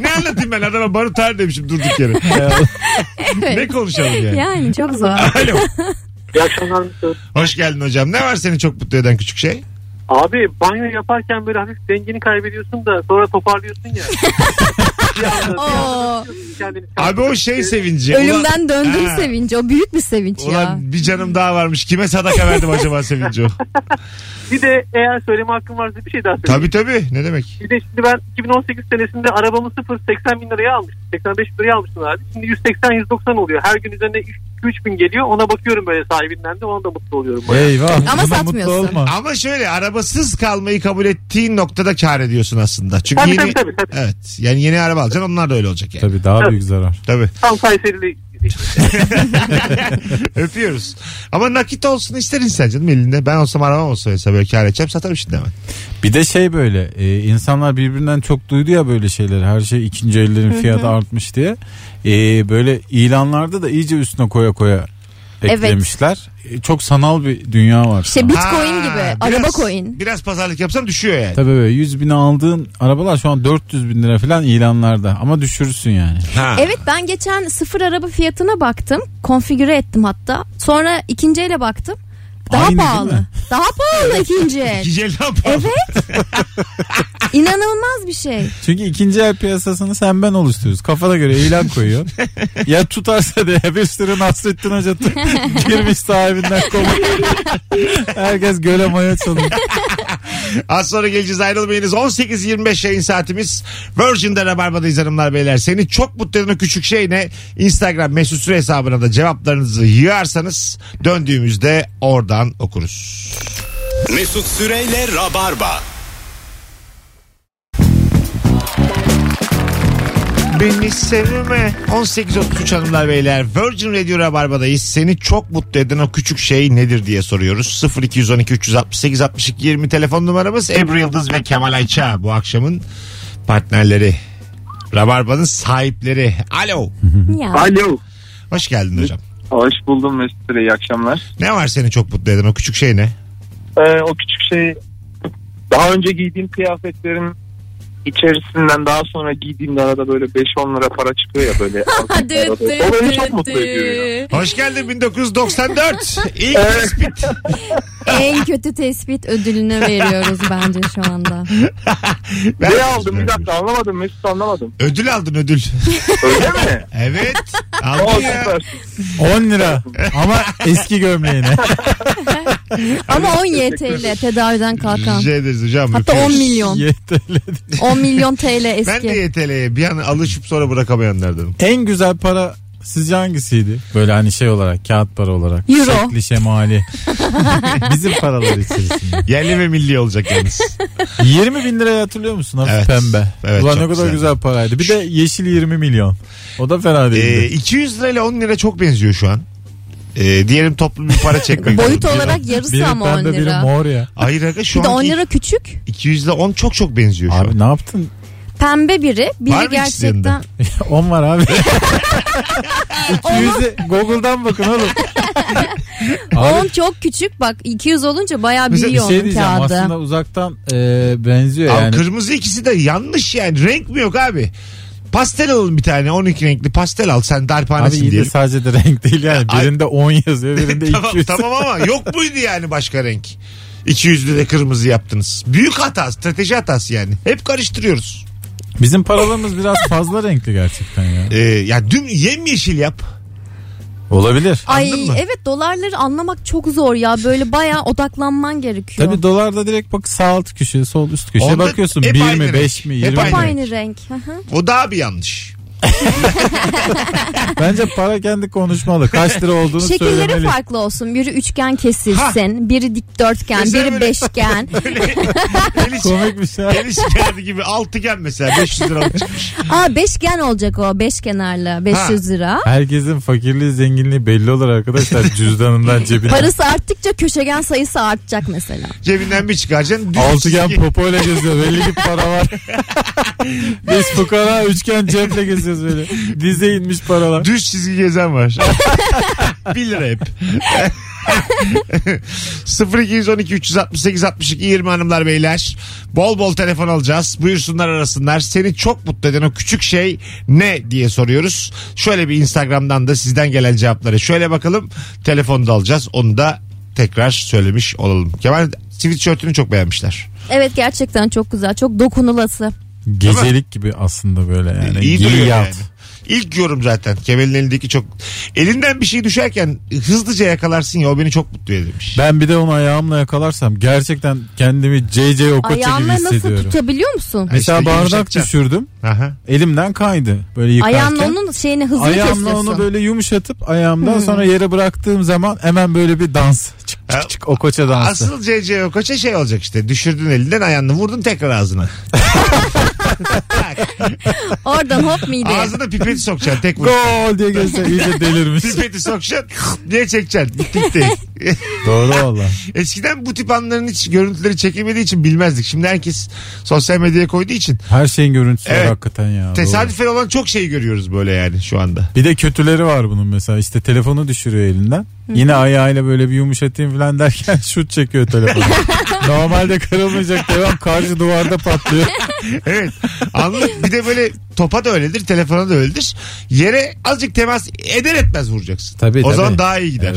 B: ne anlatayım ben adama Barutane demişim durduk yere.
C: Evet.
B: ne konuşalım yani?
C: Yani çok zor.
B: Alo.
H: İyi akşamlar.
B: Hoş geldin hocam. Ne var seni çok mutlu eden küçük şey?
H: Abi banyo yaparken böyle
G: hani
H: hafif dengini kaybediyorsun da sonra toparlıyorsun ya. Bir anda- bir anda
C: Oo,
H: kendini-
B: Abi o şey sevinci.
C: ölümden döndüm
B: Ha.
C: sevinci. O büyük bir sevinç
B: Ulan,
C: ya.
B: ulan bir canım daha varmış. Kime sadaka verdim acaba sevinci o?
H: Bir de eğer söyleme hakkım varsa bir şey daha söyleyeyim.
B: tabii tabii. Ne demek?
H: Bir de şimdi ben 2018 senesinde arabamı 0 80 bin liraya almıştım. 85 bin liraya almıştım abi. Şimdi 180 190 oluyor. Her gün üzerine 3 bin geliyor. Ona bakıyorum böyle sahibinden de ona da mutlu oluyorum.
D: Eyvah.
C: Ama
D: buna
C: satmıyorsun.
D: Mutlu olma.
B: Ama şöyle arabasız kalmayı kabul ettiğin noktada kar ediyorsun aslında. Çünkü
H: Tabii,
B: yeni,
H: tabii, tabii, tabii.
B: Evet. Yani yeni araba alacaksın onlar da öyle olacak yani.
D: Tabii daha büyük zarar.
B: Tabii.
H: Tam Kayserili
B: Öpüyoruz. Ama nakit olsun ister insan canım elinde. Ben olsam arabam olsa mesela böyle kar edeceğim satarım şimdi hemen.
D: Bir de şey böyle e, insanlar birbirinden çok duydu ya böyle şeyler. Her şey ikinci ellerin fiyatı artmış diye. E, böyle ilanlarda da iyice üstüne koya koya
C: Evet.
D: eklemişler. E, çok sanal bir dünya var. şu
C: İşte
D: an.
C: bitcoin
B: Ha,
C: gibi.
B: biraz-
C: Araba coin.
B: Biraz pazarlık yapsam düşüyor yani.
D: Tabii böyle 100 bine aldığın arabalar şu an 400 bin lira falan ilanlarda ama düşürürsün yani.
B: Ha.
C: Evet ben geçen sıfır araba fiyatına baktım. Konfigüre ettim hatta. Sonra ikinci ele baktım. Daha
D: Aynı değil
C: pahalı.
D: mi?
C: Daha pahalı ikinci el.
B: İkinci el ne yapalım?
C: Evet. İnanılmaz bir şey.
D: Çünkü ikinci el piyasasını sen ben oluşturuyoruz. Kafana göre ilan koyuyor. ya tutarsa diye bir sürü Nasrettin Hoca tut- girmiş sahibinden kovuyor. Herkes göle maya çalıyor.
B: Az sonra geleceğiz ayrılmayınız. 18.25 yayın saatimiz. Virgin'de Rabarba'dayız hanımlar beyler. Seni çok mutlu eden o küçük şey ne? Instagram mesut süre hesabına da cevaplarınızı yığarsanız döndüğümüzde oradan okuruz.
A: Mesut Süreyle Rabarba.
B: Beni sevme. 18.33 hanımlar beyler. Virgin Radio Rabarba'dayız. Seni çok mutlu eden o küçük şey nedir diye soruyoruz. 0212 368 62 20 telefon numaramız. Ebru Yıldız ve Kemal Ayça bu akşamın partnerleri. Rabarba'nın sahipleri. Alo.
C: Ya.
E: Alo.
B: Hoş geldin hocam.
G: Hoş buldum Mesut Bey. İyi akşamlar.
B: Ne var seni çok mutlu eden o küçük şey ne?
G: Ee, o küçük şey daha önce giydiğim kıyafetlerin içerisinden daha sonra giydiğimde arada böyle 5-10 lira para çıkıyor ya böyle.
C: Düt düt
G: o beni çok
C: düt
G: mutlu ediyor. ya.
C: düt.
B: Hoş geldin 1994. İlk tespit.
C: en kötü tespit ödülünü veriyoruz bence şu anda.
B: Ben-
G: Ne aldım bir dakika anlamadım Mesut anlamadım.
B: Ödül aldın ödül.
G: Öyle mi?
B: Evet.
G: O
B: Aldın ya.
G: süper.
D: 10 lira ama eski gömleğine.
C: Ama 10 YTL tedaviden kalkan.
B: Rica ederiz hocam.
C: Hatta
B: öpüyoruz.
C: 10 milyon.
D: YTL.
C: 10 milyon TL
B: Ben de
C: eski.
B: YTL'ye bir an alışıp sonra bırakamayanlardanım.
D: en güzel para sizce hangisiydi? Böyle hani şey olarak kağıt para olarak.
C: Euro.
D: Şekli şemali. Bizim paralar içerisinde.
B: Yerli ve milli olacak yalnız.
D: 20 bin lirayı hatırlıyor musun? Hafif
B: Evet.
D: pembe.
B: Evet,
D: Ulan ne
B: çok
D: kadar
B: güzeldi.
D: güzel. paraydı. Bir de yeşil 20 milyon. O da fena değildi.
B: Ee, 200 lirayla 10 lira çok benziyor şu an. Ee, diyelim toplu bir para çekmek.
C: Boyut olarak yarısı
D: biri
C: ama 10
D: pembe biri
C: lira.
D: mor ya.
B: Hayır aga şu
C: Bir de
B: an
C: 10 lira küçük.
B: 200 ile 10 çok çok benziyor şu an.
D: Abi ne yaptın?
C: pembe biri. Biri
B: Var mı
C: gerçekten.
B: ikisinin
D: 10 var abi. 200'ü Google'dan bakın oğlum.
C: 10 çok küçük bak 200 olunca bayağı
B: Mesela bir
C: büyüyor
D: şey
C: onun
D: diyeceğim
C: kağıdı.
D: aslında uzaktan e, benziyor
B: Abi
D: yani.
B: kırmızı ikisi de yanlış yani. Renk mi yok abi? Pastel alın bir tane 12 renkli pastel al sen
D: Abi
B: darphanesin
D: iyi de
B: diyelim.
D: sadece de renk değil yani.
B: Ay-
D: Birinde 10 yazıyor birinde
B: tamam,
D: 200.
B: tamam ama yok muydu yani başka renk? 200'lü de kırmızı yaptınız. Büyük hata, strateji hatası yani. Hep karıştırıyoruz.
D: Bizim paralarımız biraz fazla renkli gerçekten ya.
B: Ee, ya dün yemyeşil yap.
D: Olabilir.
B: Anladın
C: Ay
B: mı?
C: evet dolarları anlamak çok zor ya. Böyle bayağı odaklanman gerekiyor.
D: Tabi dolarda direkt bak sağ alt köşe sol üst köşe
B: Onda
D: bakıyorsun
B: hep
D: 1
B: aynı
D: mi
B: renk.
D: 5 mi
B: Hep
D: 20
C: Hep
D: mi?
C: aynı renk. Hı hı.
B: O daha bir yanlış.
D: Bence para kendi konuşmalı. Kaç lira olduğunu
C: Şekilleri
D: söylemeli.
C: farklı olsun. Biri üçgen kesilsin, biri dikdörtgen,
B: Mesela
C: biri
B: böyle-
C: beşgen.
B: Eliş,
D: Komik bir şey.
B: eliş kağıdı gibi altıgen mesela 500 liralık çıkmış.
C: Aa beşgen olacak o. Beş kenarlı 500 lira.
D: Herkesin fakirliği zenginliği belli olur arkadaşlar cüzdanından cebine.
C: Parası arttıkça köşegen sayısı artacak mesela.
B: Cebinden bir çıkaracaksın. Düz
D: Altıgen
B: çizgi.
D: popoyla geziyor. Belli ki para var. Biz fukara üçgen ceple geziyoruz böyle. Dize inmiş paralar.
B: Düz çizgi gezen var. 1 lira hep. 0212 368 62 20 hanımlar beyler. Bol bol telefon alacağız. Buyursunlar arasınlar. Seni çok mutlu eden o küçük şey ne diye soruyoruz. Şöyle bir Instagram'dan da sizden gelen cevapları şöyle bakalım. Telefonda alacağız. Onu da tekrar söylemiş olalım. Kemal sweatshirt'ünü çok beğenmişler.
C: Evet gerçekten çok güzel. Çok dokunulası.
D: Gecelik gibi aslında böyle yani.
B: İyi duruyor
D: Giy
B: yani.
D: yat.
B: İlk yorum zaten. Kemal'in elindeki çok... Elinden bir şey düşerken hızlıca yakalarsın ya o beni çok mutlu edilmiş.
D: Ben bir de onu ayağımla yakalarsam gerçekten kendimi CC Okoça gibi
C: Ayağınla nasıl
D: hissediyorum. Hani
C: tutabiliyor musun?
D: Mesela
B: İşte
D: bardak
B: yumuşatacağım.
D: düşürdüm.
B: Aha.
D: Elimden kaydı böyle yıkarken.
C: Ayağınla onun şeyini hızlı
D: Ayağımla
C: kesiyorsun.
D: onu böyle yumuşatıp ayağımdan sonra yere bıraktığım zaman hemen böyle bir dans. Çık
B: Ha,
D: çık çık o koça dansı.
B: Asıl CC o koça şey olacak işte. Düşürdün elinden ayağını vurdun tekrar ağzına.
C: Oradan hop mideye.
B: Ağzına pipeti sokacaksın tek vur.
D: Gol diye gelse iyice delirmiş.
B: pipeti sokacaksın diye çekeceksin. Bittik de.
D: Doğru valla.
B: Eskiden bu tip anların hiç görüntüleri çekilmediği için bilmezdik. Şimdi herkes sosyal medyaya koyduğu için
D: Her şeyin görüntüsü
B: Evet.
D: var hakikaten ya. doğru.
B: tesadüfen olan çok şey görüyoruz böyle yani şu anda.
D: Bir de kötüleri var bunun mesela işte telefonu düşürüyor elinden. Yine ayağıyla böyle bir yumuşatayım falan derken şut çekiyor telefonu. Normalde kırılmayacak devam karşı duvarda patlıyor.
B: Evet. Anlık bir de böyle topa da öyledir, telefona da öyledir. Yere azıcık temas eder etmez vuracaksın.
D: Tabii,
B: o
D: tabii.
B: zaman daha iyi gider.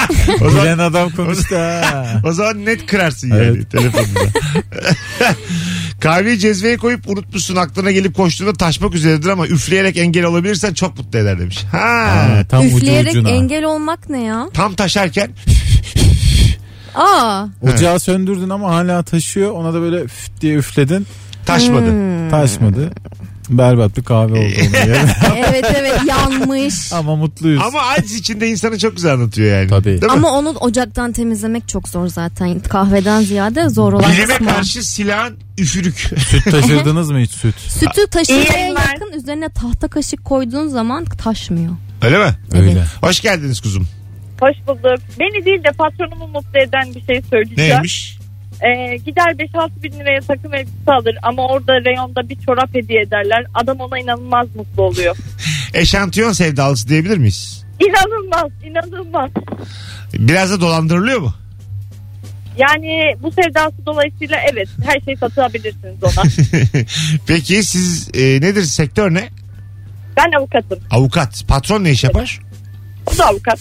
D: Evet.
B: o zaman
D: Bilen adam konuştu ha.
B: O zaman net kırarsın yani
D: Evet.
B: telefonunda. Kahveyi cezveye koyup unutmuşsun aklına gelip koştuğunda taşmak üzeredir ama üfleyerek engel olabilirsen çok mutlu eder demiş. Ha.
D: Ha, tam ucu
C: Üfleyerek
D: ucuna.
C: engel olmak ne ya?
B: Tam taşarken
C: Aa.
D: Ocağı söndürdün ama hala taşıyor. Ona da böyle üf diye üfledin.
B: taşmadı.
D: Hmm. Taşmadı. Berbat bir kahve oldu ona göre.
C: evet evet yanmış.
D: ama mutluyuz.
B: Ama aciz içinde insanı çok güzel anlatıyor yani.
D: Tabii.
B: Değil mi?
C: Ama onu ocaktan temizlemek çok zor zaten. Kahveden ziyade zor olan
B: Bilime
C: kısmı.
B: karşı silahın üfürük.
D: Süt taşırdınız mı hiç süt?
C: Sütü
F: İyi
C: taşımaya
F: yayınlar.
C: yakın üzerine tahta kaşık koyduğun zaman taşmıyor.
B: Öyle mi?
C: Evet.
D: Öyle.
B: Hoş geldiniz kuzum.
F: Hoş bulduk. Beni değil de patronumu mutlu eden bir şey söyleyeceğim.
B: Neymiş?
F: Ee, gider 5-6 bin liraya takım elbise alır ama orada reyonda bir çorap hediye ederler. Adam ona inanılmaz mutlu oluyor.
B: Eşantiyon sevdalısı diyebilir miyiz?
F: İnanılmaz, inanılmaz.
B: Biraz da dolandırılıyor mu?
F: Yani bu sevdası dolayısıyla evet her şeyi satabilirsiniz ona.
B: Peki siz e, nedir sektör ne?
F: ben avukatım.
B: Avukat. Patron ne iş yapar?
F: Bu da avukat.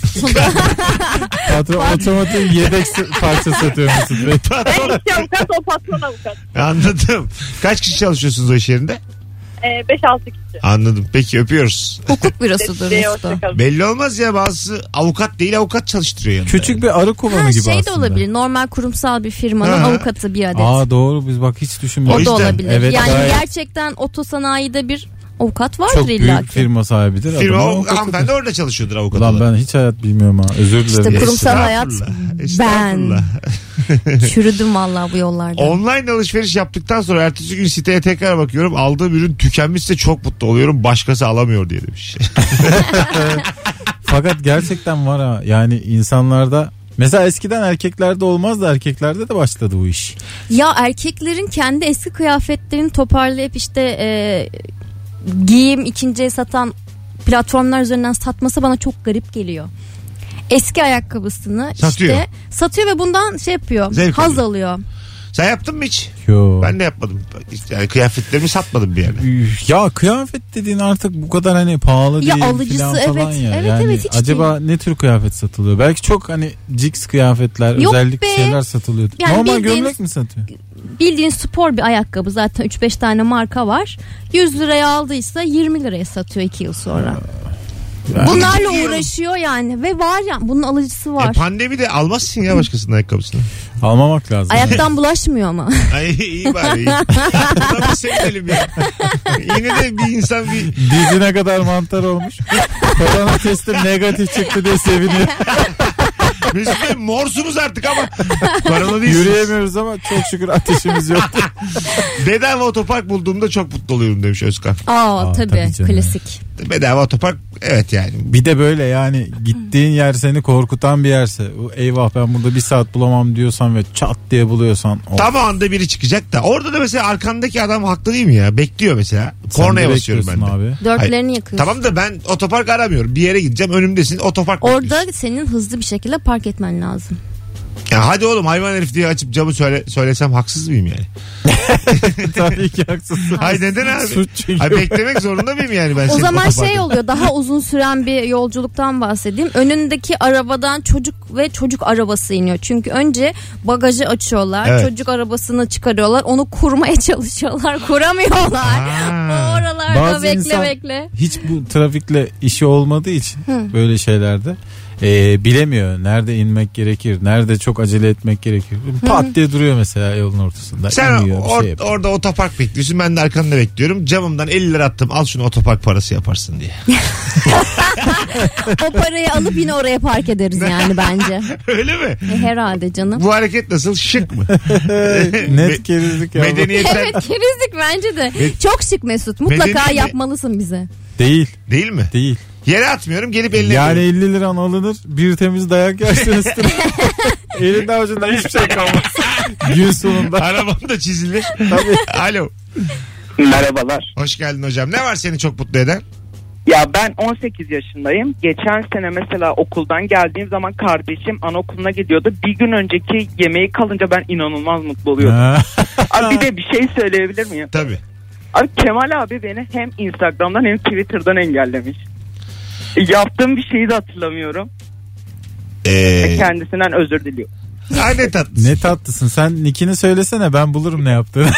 D: Patron otomatik yedek s- parça satıyor musun? Bey?
F: Ben iki avukat, o patron avukat.
B: Anladım. Kaç kişi çalışıyorsunuz o iş yerinde?
F: Ee, 5-6 kişi.
B: Anladım. Peki öpüyoruz.
C: Hukuk bürosudur
F: Ee,
C: Mesut'u.
F: hoşçakalın.
B: Belli olmaz ya bazı avukat değil avukat çalıştırıyor yanında.
D: Küçük bir arı kovanı
C: Ha,
D: gibi
C: şey
D: aslında.
C: de olabilir. Normal kurumsal bir firmanın
B: Ha.
C: avukatı bir adet.
D: Aa doğru biz bak hiç
B: O
C: o,
D: düşünmedik.
B: yüzden.
C: da olabilir.
D: Evet,
C: yani
D: gayet-
C: gerçekten otosanayide bir avukat vardır
D: Çok
C: illa
D: büyük
C: ki.
D: firma sahibidir.
B: Firma
D: Adam
B: o,
D: avukatıdır.
B: hanımefendi orada çalışıyordur avukat
D: Ulan
B: olarak.
D: ben hiç hayat bilmiyorum ha. Özür dilerim.
C: İşte kurum- Kurumsal hayat,
B: Estağfurullah.
C: ben.
B: Estağfurullah.
C: Çürüdüm vallahi bu yollarda.
B: Online alışveriş yaptıktan sonra ertesi gün siteye tekrar bakıyorum. Aldığım ürün tükenmişse çok mutlu oluyorum. Başkası alamıyor diye demiş.
D: Fakat gerçekten var ha. Yani insanlarda Mesela eskiden erkeklerde olmazdı erkeklerde de başladı bu iş.
C: Ya erkeklerin kendi eski kıyafetlerini toparlayıp işte e, giyim ikinciye satan platformlar üzerinden satması bana çok garip geliyor. Eski ayakkabısını
B: Satıyor.
C: işte satıyor ve bundan şey yapıyor.
B: Zevk
C: haz
B: alıyor.
C: alıyor.
B: Sen yaptın mı hiç?
D: Yo.
B: Ben de yapmadım. Yani kıyafetlerimi satmadım bir yerde.
D: Üf, Ya kıyafet dediğin artık bu kadar hani pahalı
C: Ya
D: değil
C: alıcısı,
D: filan falan
C: evet.
D: ya.
C: Evet,
D: yani
C: evet, hiç
D: acaba ne tür kıyafet satılıyor? Belki çok hani cix kıyafetler
C: Yok
D: özellik
C: be.
D: şeyler satılıyor.
C: Yani
D: Normal
C: bildiğin-
D: gömlek mi satıyor?
C: Bildiğin spor bir ayakkabı zaten 3-5 tane marka var. 100 liraya aldıysa 20 liraya satıyor 2 yıl sonra. Bunlarla uğraşıyor yani ve var ya bunun alıcısı
B: E
C: var.
B: pandemi de almazsın ya başkasının ayakkabısını.
D: Almamak lazım.
C: Ayaktan bulaşmıyor ama.
B: Ay iyi bari iyi. Buna bir sevinelim ya. Yine de bir insan bir
D: Dizine kadar mantar olmuş. Korona testi negatif çıktı diye seviniyor.
B: Mesut Bey morsunuz artık ama paralı değilsiniz.
D: Yürüyemiyoruz ama çok şükür ateşimiz yok.
B: Bedava otopark bulduğumda çok mutlu oluyorum demiş Özkan.
C: Aa,
D: Aa,
C: tabii,
D: tabii canım.
C: klasik.
B: Bedava otopark evet yani.
D: Bir de böyle yani gittiğin yer seni korkutan bir yerse o eyvah ben burada bir saat bulamam diyorsan ve çat diye buluyorsan o
B: Tam o anda biri çıkacak da. Orada da mesela arkandaki adam haklı değil mi ya? Bekliyor mesela.
D: sen
B: Kornaya
D: de
B: basıyorum ben de.
D: bekliyorsun abi.
C: Dörtlerini yakıyorsun.
B: Tamam da ben otopark aramıyorum. Bir yere gideceğim önümdesin otopark bekliyorsun.
C: Orada senin hızlı bir şekilde park etmen lazım.
B: Ya hadi oğlum hayvan herif diye açıp camı söyle, söylesem haksız mıyım yani?
D: Tabii ki haksızsın.
B: Hay neden abi?
D: Suç çünkü.
B: Ay beklemek zorunda mıyım yani ben?
C: O
B: senin
C: zaman
B: otoparkta?
C: şey oluyor daha uzun süren bir yolculuktan bahsedeyim. Önündeki arabadan çocuk ve çocuk arabası iniyor. Çünkü önce bagajı açıyorlar.
B: Evet.
C: Çocuk arabasını çıkarıyorlar. Onu kurmaya çalışıyorlar. Kuramıyorlar.
B: Aa.
C: Oralarda
D: Bazı
C: bekle
D: insan-
C: bekle.
D: Hiç bu trafikle işi olmadığı için böyle şeylerde e, bilemiyor nerede inmek gerekir, nerede çok acele etmek gerekir. Pat diye duruyor mesela yolun ortasında.
B: Sen
D: iniyor, bir şey
B: or-
D: yapıyor.
B: orada otopark bekliyorsun. Ben de arkanda bekliyorum. Camımdan 50 lira attım. Al şunu otopark parası yaparsın diye.
C: O parayı alıp yine oraya park ederiz yani bence.
B: Öyle mi?
C: E, herhalde canım.
B: Bu hareket nasıl? Şık mı?
D: Net gerizlik ya. bu.
B: Medeniyetten
C: Evet kerizlik bence de. Çok şık Mesut. Mutlaka
B: Medeniyet-
C: yapmalısın bize.
D: Değil,
B: değil mi?
D: değil.
B: Yere atmıyorum. Gelip eline
D: Yani
B: yani...
D: 50 liran alınır, bir temiz dayak yersin üstüne. Elinde avucunda hiçbir şey kalmaz. Gün sonunda.
B: Arabam da çizilir. Alo.
I: Merhabalar.
B: Hoş geldin hocam. Ne var seni çok mutlu eden?
I: Ya ben 18 yaşındayım. Geçen sene mesela okuldan geldiğim zaman kardeşim anaokuluna gidiyordu. Bir gün önceki yemeği kalınca ben inanılmaz mutlu oluyordum.
D: Ha.
I: Abi bir de bir şey söyleyebilir miyim?
B: Tabii.
I: Abi Kemal abi beni hem Instagram'dan hem Twitter'dan engellemiş. Yaptığım bir şeyi de hatırlamıyorum.
B: Ee,
I: Kendisinden özür diliyorum.
B: ay ne tatlısın.
D: Ne tatlısın. Sen nickini söylesene ben bulurum ne yaptığını.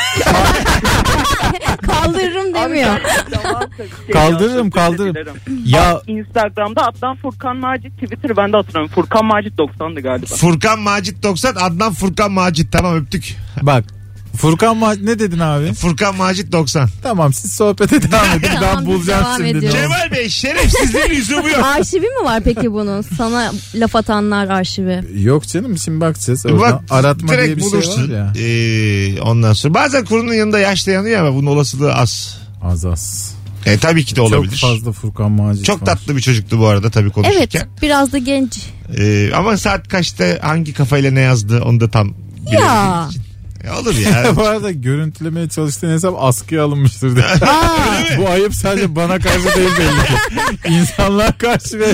C: Kaldırırım demiyor.
I: Tamam, tabii ki.
D: Kaldırırım,
I: Şey, Özür
D: kaldırırım.
I: dilerim.
D: ya
I: Instagram'da Adnan Furkan Macit Twitter ben de hatırlamıyorum. Furkan Macit 90'dı galiba.
B: Furkan Macit 90 Adnan Furkan Macit tamam öptük.
D: bak Furkan Ma- ne dedin abi?
B: Furkan Macit 90.
D: Tamam siz sohbete devam edin.
C: Tamam,
D: ben
C: biz
D: bulacağım
C: devam
D: şimdi. ne
C: ediyoruz.
D: oldu.
B: Cemal Bey şerefsizliğin lüzumu yok.
C: Arşivi mi var peki bunun? Sana laf atanlar arşivi.
D: Yok canım şimdi bakacağız. Oradan
B: Bak,
D: aratma
B: direkt
D: diye bir
B: bulursun.
D: şey var ya.
B: Ee, ondan sonra bazen kurunun yanında yaşlı yanıyor ama bunun olasılığı az.
D: Az az.
B: E, tabii ki de olabilir.
D: Çok fazla Furkan Macit
B: Çok
D: var.
B: tatlı bir çocuktu bu arada tabii
C: Evet
B: konuşurken.
C: biraz da genç.
B: Ee, ama saat kaçta hangi kafayla ne yazdı onu da tam
C: Ya.
B: E, olur ya.
D: Bu arada görüntülemeye çalıştığın hesap askıya alınmıştır. diye. Bu ayıp sadece bana karşı değil belli ki. İnsanlar karşı ve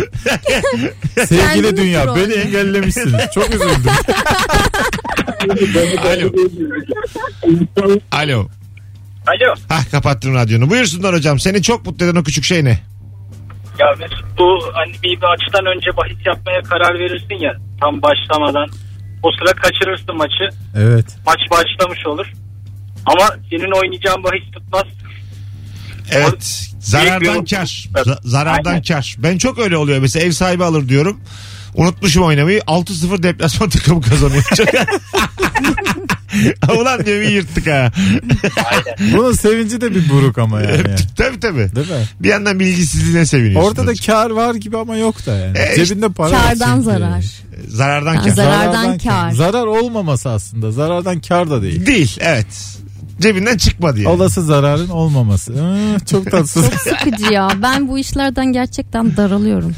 D: sevgili
C: Kendini
D: dünya
C: troll.
D: beni engellemişsiniz. Çok üzüldüm.
B: Alo. Alo.
J: Alo.
B: Hah kapattın radyonu. Buyursunlar hocam. Seni çok mutlu eden o küçük şey ne?
J: Ya Mesut bu hani bir maçtan önce bahis yapmaya karar verirsin ya tam başlamadan. O sıra kaçırırsın maçı.
D: Evet.
J: Maç başlamış olur. Ama senin oynayacağın bahis tutmaz.
B: Evet. Zarardan
J: Büyük bir-
B: kar. Za- zarardan
J: Aynen.
B: kar. Ben çok öyle oluyor. Mesela ev sahibi alır diyorum. Unutmuşum oynamayı. 6-0 deplasman takımı kazanıyor. Ulan diyor bir yırttık ha.
D: Bunun sevinci de bir buruk ama yani.
B: tabii tabii.
D: Değil mi?
B: Bir yandan bilgisizliğine seviniyorsun.
D: Orada da kar var gibi ama yok da yani.
B: E,
D: Cebinde para var
C: Kardan
D: çünkü.
C: zarar.
B: Zarardan
C: Ha,
B: kar.
C: zarar. Zarardan kar.
D: Zarar olmaması aslında. Zarardan kar da değil.
B: Değil evet. Cebinden çıkma diye.
D: Olası zararın olmaması. Hı, çok tatsız.
C: Çok sıkıcı ya. Ben bu işlerden gerçekten daralıyorum.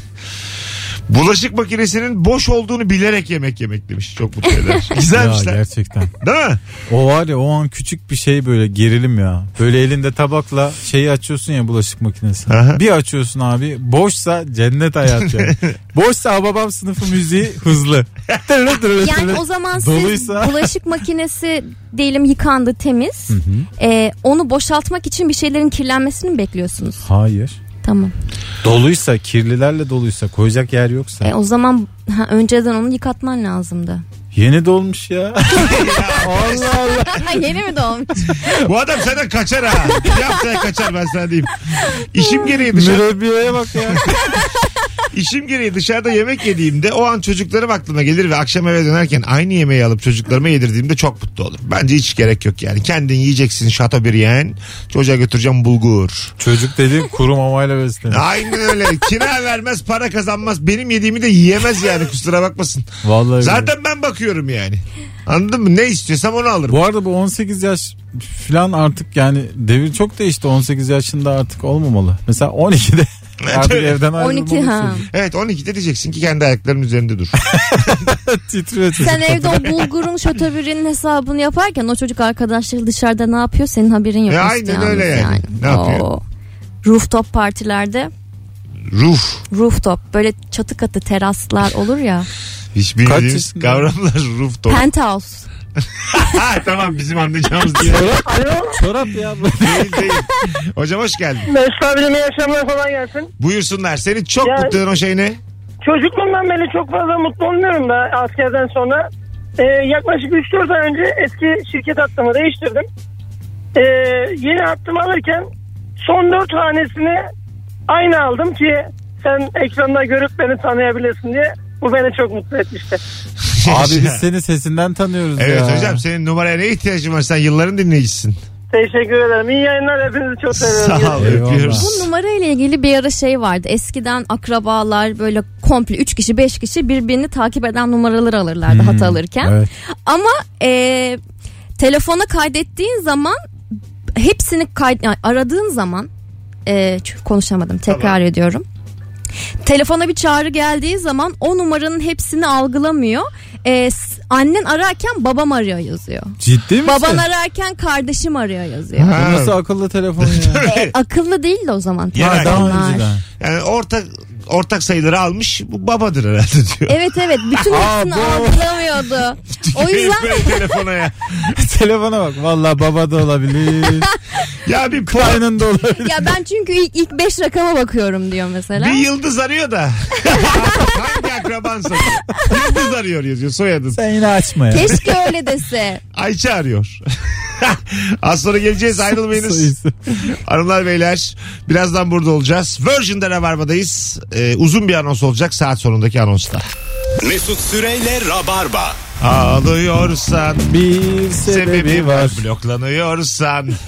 B: Bulaşık makinesinin boş olduğunu bilerek yemek yemek demiş. Çok mutlu eder. Güzelmiş
D: Ya
B: lan.
D: gerçekten.
B: Değil mi?
D: O var ya o an küçük bir şey böyle gerilim ya. Böyle elinde tabakla şeyi açıyorsun ya bulaşık makinesi.
B: Aha.
D: bir açıyorsun abi boşsa cennet hayat ya. boşsa babam sınıfı müziği hızlı. Tırlı tırlı
C: Yani
D: tırlı.
C: o zaman siz
D: Doluysa-
C: bulaşık makinesi diyelim yıkandı temiz. Ee, onu boşaltmak için bir şeylerin kirlenmesini mi bekliyorsunuz?
D: Hayır.
C: Tamam.
D: Doluysa kirlilerle doluysa koyacak yer yoksa.
C: E, o zaman ha, önceden onu yıkatman lazımdı.
D: Yeni dolmuş ya. Allah Allah.
C: Yeni mi doğmuş?
B: Bu adam senden kaçar ha. Bir haftaya kaçar ben sana diyeyim. İşim gereği dışarı
D: Mürebbiyeye bak ya.
B: İşim gereği dışarıda yemek yediğimde o an çocuklarım aklıma gelir ve akşam eve dönerken aynı yemeği alıp çocuklarıma yedirdiğimde çok mutlu olurum. Bence hiç gerek yok yani. Kendin yiyeceksin şato bir yeğen. Çocuğa götüreceğim bulgur.
D: Çocuk dediğin kuru mamayla beslenir.
B: Aynen öyle. Kira vermez para kazanmaz. Benim yediğimi de yiyemez yani kusura bakmasın.
D: Vallahi öyle.
B: Zaten ben bakıyorum yani. Anladın mı? Ne istiyorsam onu alırım.
D: Bu arada bu 18 yaş falan artık yani devir çok değişti. 18 yaşında artık olmamalı. Mesela 12'de artık
B: öyle.
D: evden
C: 12 ha.
D: ayrılmalısın.
B: Evet 12'de diyeceksin ki kendi ayaklarının üzerinde dur.
D: Titriyor çocuk.
C: Sen evde o bulgurun şötebirinin hesabını yaparken o çocuk arkadaşları dışarıda ne yapıyor senin haberin yok.
B: E, aynen
C: işte yalnız
B: öyle yani. Ne yapıyor?
C: Oo. Rooftop partilerde
B: Ruh.
C: rooftop böyle çatı katı teraslar olur ya.
B: Hiç
D: Kaç
B: bilmediğimiz
D: yaşında?
B: kavramlar ruh doğru.
C: Penthouse.
B: ha tamam bizim anlayacağımız değil.
D: Çorap ya. bu.
B: değil, değil. Hocam hoş geldin.
E: Mesut abinin iyi akşamlar falan gelsin.
B: Buyursunlar. Senin çok
E: Ya-
B: mutlu eden o şey ne?
E: Çocukluğumdan beri çok fazla mutlu olmuyorum da askerden sonra. Ee, yaklaşık 3-4 ay önce eski şirket hattımı değiştirdim. Ee, yeni hattımı alırken son 4 hanesini aynı aldım ki sen ekranda görüp beni tanıyabilirsin diye. Bu beni çok mutlu etmişti.
D: Abi biz seni sesinden tanıyoruz
B: Evet
D: ya.
B: hocam senin numaraya ne ihtiyacın var? Sen yılların dinleyicisin.
E: Teşekkür ederim. İyi yayınlar. Hepinizi çok seviyorum.
B: Sağ ol
D: Eyvallah.
B: öpüyoruz.
C: Bu numara ile ilgili bir ara şey vardı. Eskiden akrabalar böyle komple 3 kişi 5 kişi birbirini takip eden numaraları alırlardı
B: Hmm.
C: hat alırken.
D: Evet.
C: Ama e, telefona kaydettiğin zaman hepsini kay- yani aradığın zaman e, çünkü konuşamadım tekrar
B: Tamam.
C: ediyorum. Telefona bir çağrı geldiği zaman o numaranın hepsini algılamıyor. E, s- annen ararken babam arıyor yazıyor.
D: Ciddi misin?
C: Baban ararken kardeşim arıyor yazıyor.
D: Bu nasıl akıllı telefon ya?
C: E, akıllı değil de o zaman
B: Ya,
D: ha,
C: telefonlar.
D: daha önceden.
B: Yani ortak ortak sayıları almış. Bu babadır herhalde diyor.
C: Evet evet bütün hepsini
D: Abo.
C: algılamıyordu. O yüzden
B: Böyle telefona ya.
D: Telefona bak. Valla baba da olabilir.
B: Ya bir po-
D: Klein'ın da olabilir.
C: ya ben çünkü ilk, ilk beş rakama bakıyorum diyor mesela.
B: bir yıldız arıyor da. Hangi akrabansa. Yıldız arıyor yazıyor soyadın.
D: Sen yine açma ya.
C: Keşke öyle dese.
B: Ayça arıyor. Az sonra geleceğiz ayrılmayınız.
D: Soyisi.
B: Hanımlar beyler birazdan burada olacağız. Virgin'de Rabarba'dayız. Ee, uzun bir anons olacak saat sonundaki anonsta.
A: Mesut Süreyle Rabarba.
B: Ağlıyorsan
D: Bir
B: sebebi
D: sebebi
B: var.
D: var.
B: Bloklanıyorsan.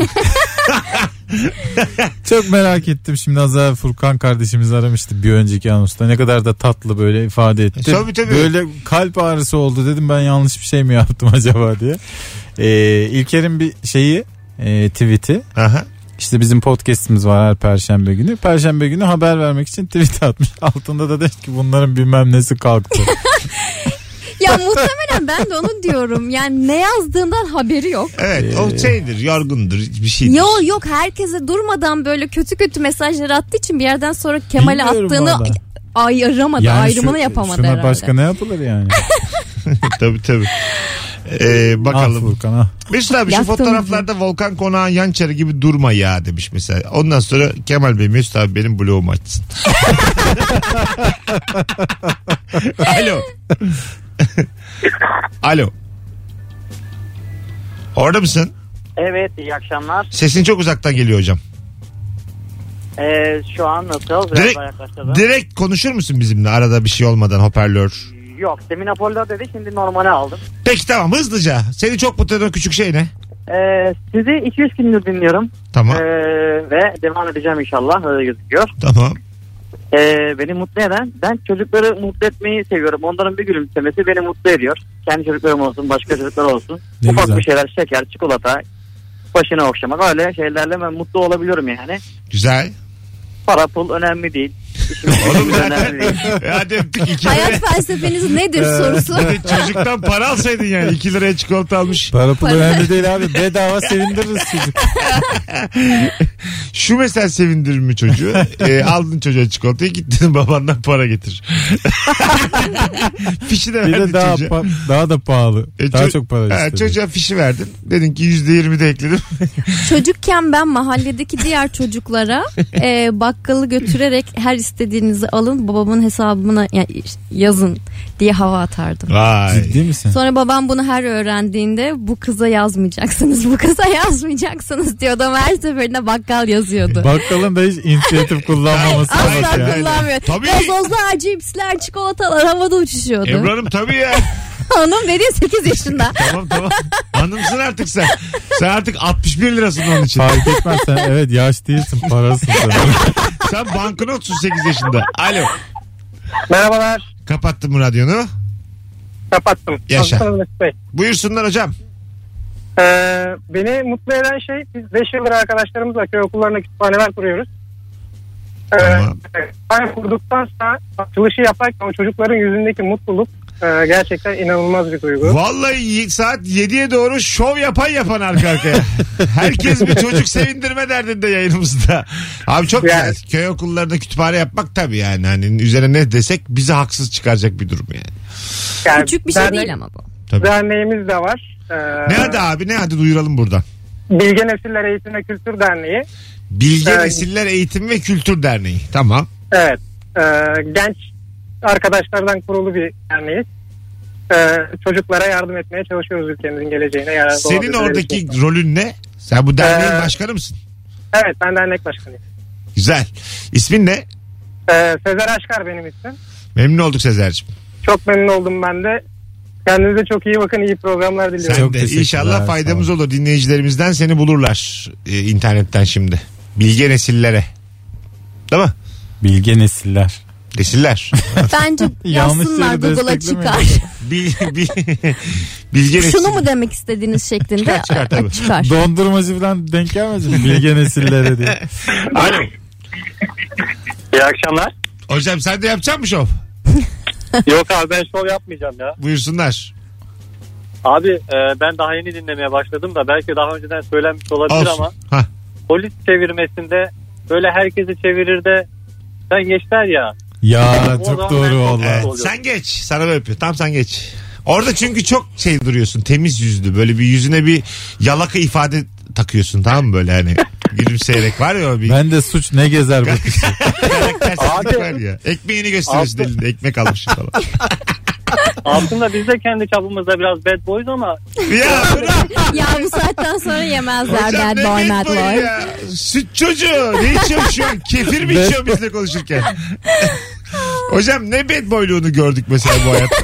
D: Çok merak ettim. Şimdi az evvel Furkan kardeşimiz aramıştı bir önceki anonsta. Ne kadar da tatlı böyle ifade etti.
B: E, Tabii, tabii.
D: Böyle kalp ağrısı oldu dedim ben yanlış bir şey mi yaptım acaba diye. Ee, İlker'in bir şeyi e, tweet'i.
B: Aha.
D: İşte bizim podcast'imiz var her perşembe günü. Perşembe günü haber vermek için tweet atmış. Altında da demiş ki bunların bilmem nesi kalktı.
C: Ya muhtemelen ben de onu diyorum. Yani ne yazdığından haberi yok.
B: Evet o şeydir yorgundur şey bir şeydir.
C: Yok yok herkese durmadan böyle kötü kötü mesajlar attığı için bir yerden sonra Kemal'e
D: Bilmiyorum
C: attığını
D: valla.
C: ayıramadı, ayrımını
D: şu-
C: yapamadı
D: şuna
C: herhalde.
D: başka ne yapılır yani? Ah,
B: tabii tabii. Ee,
D: Bakalım. Ah
B: bakalım.
D: Furkan ah.
B: Mesut abi şu
C: Yaktın
B: fotoğraflarda Volkan Konağ'ın yan çarı gibi durma ya demiş mesela. Ondan sonra Kemal Bey Mesut abi benim bloğumu açsın. Alo. Alo. Orada mısın?
E: Evet iyi akşamlar.
B: Sesin çok uzaktan geliyor hocam.
E: Ee, şu an nasıl?
B: Biraz Direkt- daha Direkt konuşur musun bizimle arada bir şey olmadan hoparlör?
E: Yok demin Apollo dedi şimdi normale aldım.
B: Peki tamam hızlıca. Seni çok mutlu eden o küçük şey ne?
E: Ee, sizi 2-3 gündür dinliyorum
B: Tamam
E: Ee, ve devam edeceğim inşallah öyle gözüküyor.
B: tamam.
E: Ee, beni mutlu eden ben çocukları mutlu etmeyi seviyorum. Onların bir gülümsemesi beni mutlu ediyor. Kendi çocuklarım olsun başka çocuklar olsun.
D: Ne
E: Ufak
D: güzel.
E: bir şeyler şeker çikolata başını okşamak öyle şeylerle ben mutlu olabiliyorum yani.
B: Güzel.
E: Para pul önemli değil.
B: Oğlum zaten
E: Önemli değil.
B: hadi öptük iki
C: Hayat felsefeniz nedir sorusu.
B: lira. Çocuktan para alsaydın yani 2 liraya çikolata almış.
D: Para pul
C: Para-
D: önemli değil abi. Bedava sevindiririz çocuk.
B: Şu mesela sevindirir mi çocuğu? Ee, aldın çocuğa çikolatayı gittin babandan para getir. Fişi de
D: Bir de
B: verdin
D: daha
B: çocuğa.
D: pa- daha da pahalı.
B: E,
D: daha
B: ço-
D: çok para
B: Ha,
D: istedi.
B: çocuğa fişi verdin. Dedin ki %20 de ekledim.
C: Çocukken ben mahalledeki diğer çocuklara e, bakkalı götürerek her istediğinizi alın babamın hesabına yani yazın diye hava atardım.
B: Vay.
D: Ciddi misin?
C: Sonra babam bunu her öğrendiğinde bu kıza yazmayacaksınız, bu kıza yazmayacaksınız diyordu ama her seferinde bakkal yazıyordu.
D: Bakkalın da hiç inisiyatif kullanmaması
B: Ay,
D: bak
C: Asla
D: ya.
C: kullanmıyor.
B: Tabii.
C: Gazozlar, cipsler, çikolatalar havada uçuşuyordu.
B: Ebru Hanım tabii ya.
C: Hanım dedi 8 yaşında.
B: tamam tamam. Hanımsın artık sen. Sen artık 61 lirasın onun için.
D: Fark etmez sen evet yaş değilsin parasın sen.
B: Sen banknotsun 8 yaşında. Alo.
E: Merhabalar.
B: Kapattın mı radyonu?
E: Kapattım.
B: Yaşa.
E: Hasan Mesut Bey.
B: Buyursunlar hocam.
E: Ee, beni mutlu eden şey biz 5 yıldır arkadaşlarımızla köy okullarına kütüphaneler kuruyoruz. Ee,
B: Tamam.
E: kütüphane kurduktan sonra açılışı yaparken o çocukların yüzündeki mutluluk e, gerçekten inanılmaz bir duygu.
B: Vallahi y- saat 7'ye doğru şov yapan yapan arka arkaya. Herkes bir çocuk sevindirme derdinde yayınımızda. Abi çok güzel.
E: Yani.
B: Köy okullarında kütüphane yapmak tabii yani. Hani üzerine ne desek bizi haksız çıkaracak bir durum yani.
E: Yani
C: Küçük bir şey
E: dernek-
C: değil ama bu.
B: Tabii.
E: Derneğimiz de var. Ee,
B: Ne hadi abi ne hadi duyuralım buradan.
E: Bilge Nesiller Eğitim ve Kültür Derneği.
B: Bilge
E: Ben-
B: Nesiller Eğitim ve Kültür Derneği. Tamam.
E: Evet. e, genç arkadaşlardan kurulu bir derneğiz. E, çocuklara yardım etmeye çalışıyoruz ülkemizin geleceğine yararlı
B: Senin
E: olabilmeleri için.
B: oradaki rolün ne? Sen bu derneğin
E: şey Ee,
B: başkanı mısın?
E: Evet ben dernek başkanıyım.
B: Güzel. İsmin ne?
E: E, Sezer Aşkar benim ismim.
B: Memnun olduk Sezer'cim.
E: Çok memnun oldum ben de. Kendinize çok iyi bakın. iyi programlar diliyorum.
B: Sen
D: Çok
B: de
D: teşekkürler, sağ
B: inşallah
D: ol.
B: faydamız olur. Dinleyicilerimizden seni bulurlar e, internetten şimdi. Bilge nesillere. Değil mi?
D: Bilge nesiller.
B: Nesiller.
C: Bence
D: Yanlış
C: yazsınlar
D: yeri
C: Google'a
D: desteklemeyin.
C: çıkar.
B: Bil, bil, bilge
C: Şunu
B: nesil-
C: mu demek istediğiniz şeklinde
B: Çıkar, çıkar tabii.
C: çıkar.
D: Dondurmacı falan denk gelmez mi? Bilge nesillere diye.
B: Alo.
G: İyi akşamlar.
B: Hocam sen de yapacak mı şov?
G: Yok abi ben şov yapmayacağım ya.
B: Buyursunlar.
G: Abi e, ben daha yeni dinlemeye başladım da belki daha önceden söylenmiş olabilir ama
B: Olsun. Ha.
G: polis çevirmesinde böyle herkesi çevirir de sen geçler ya.
D: Ya
G: O
D: çok
G: zaman
D: doğru
G: ben-
D: valla.
B: Evet,
G: oluyor?
B: sen geç. Sana böyle yapıyor. Tam sen geç. Orada çünkü çok şey duruyorsun. Temiz yüzlü. Böyle bir yüzüne bir yalaka ifade takıyorsun. Tamam mı böyle hani? Gülümseyerek var ya o bir
D: Ben de suç ne gezer bu kız.
B: karaktersizlik var ya. Ekmeğini gösteriyorsun
G: Abi.
B: elinde. Ekmek almış falan.
G: Aslında biz de kendi çapımızda biraz bad boys ama
B: ya bırak.
C: ya bu saatten sonra yemezler
B: Hocam
C: bad
B: ne
C: boy
B: Bad
C: mad
B: Boy
C: boy.
B: ya? Süt çocuğu. Ne içiyorsun şu an? Kefir mi
D: Bad-
B: içiyorsun bizle konuşurken? Hocam ne bad boyluğunu gördük mesela bu hayatta.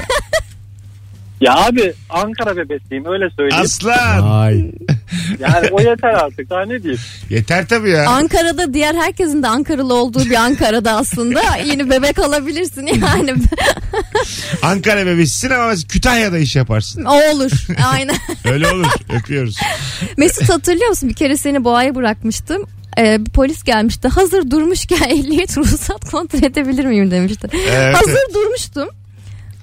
G: ya abi Ankara bebesliyim öyle söyleyeyim.
B: Aslan.
D: Ay.
G: Yani o yeter artık daha ne diyeyim.
B: Yeter tabii ya.
C: Ankara'da diğer herkesin de Ankaralı olduğu bir Ankara'da aslında yeni bebek alabilirsin yani.
B: Ankara bebesisin ama mesela Kütahya'da iş yaparsın.
C: o olur. Aynen.
B: Öyle olur. Öpüyoruz.
C: Mesut hatırlıyor musun? Bir kere seni boğaya bırakmıştım. Ee, bir polis gelmişti. Hazır durmuşken ehliyet ruhsat kontrol edebilir miyim demişti.
B: Evet.
C: Hazır durmuştum.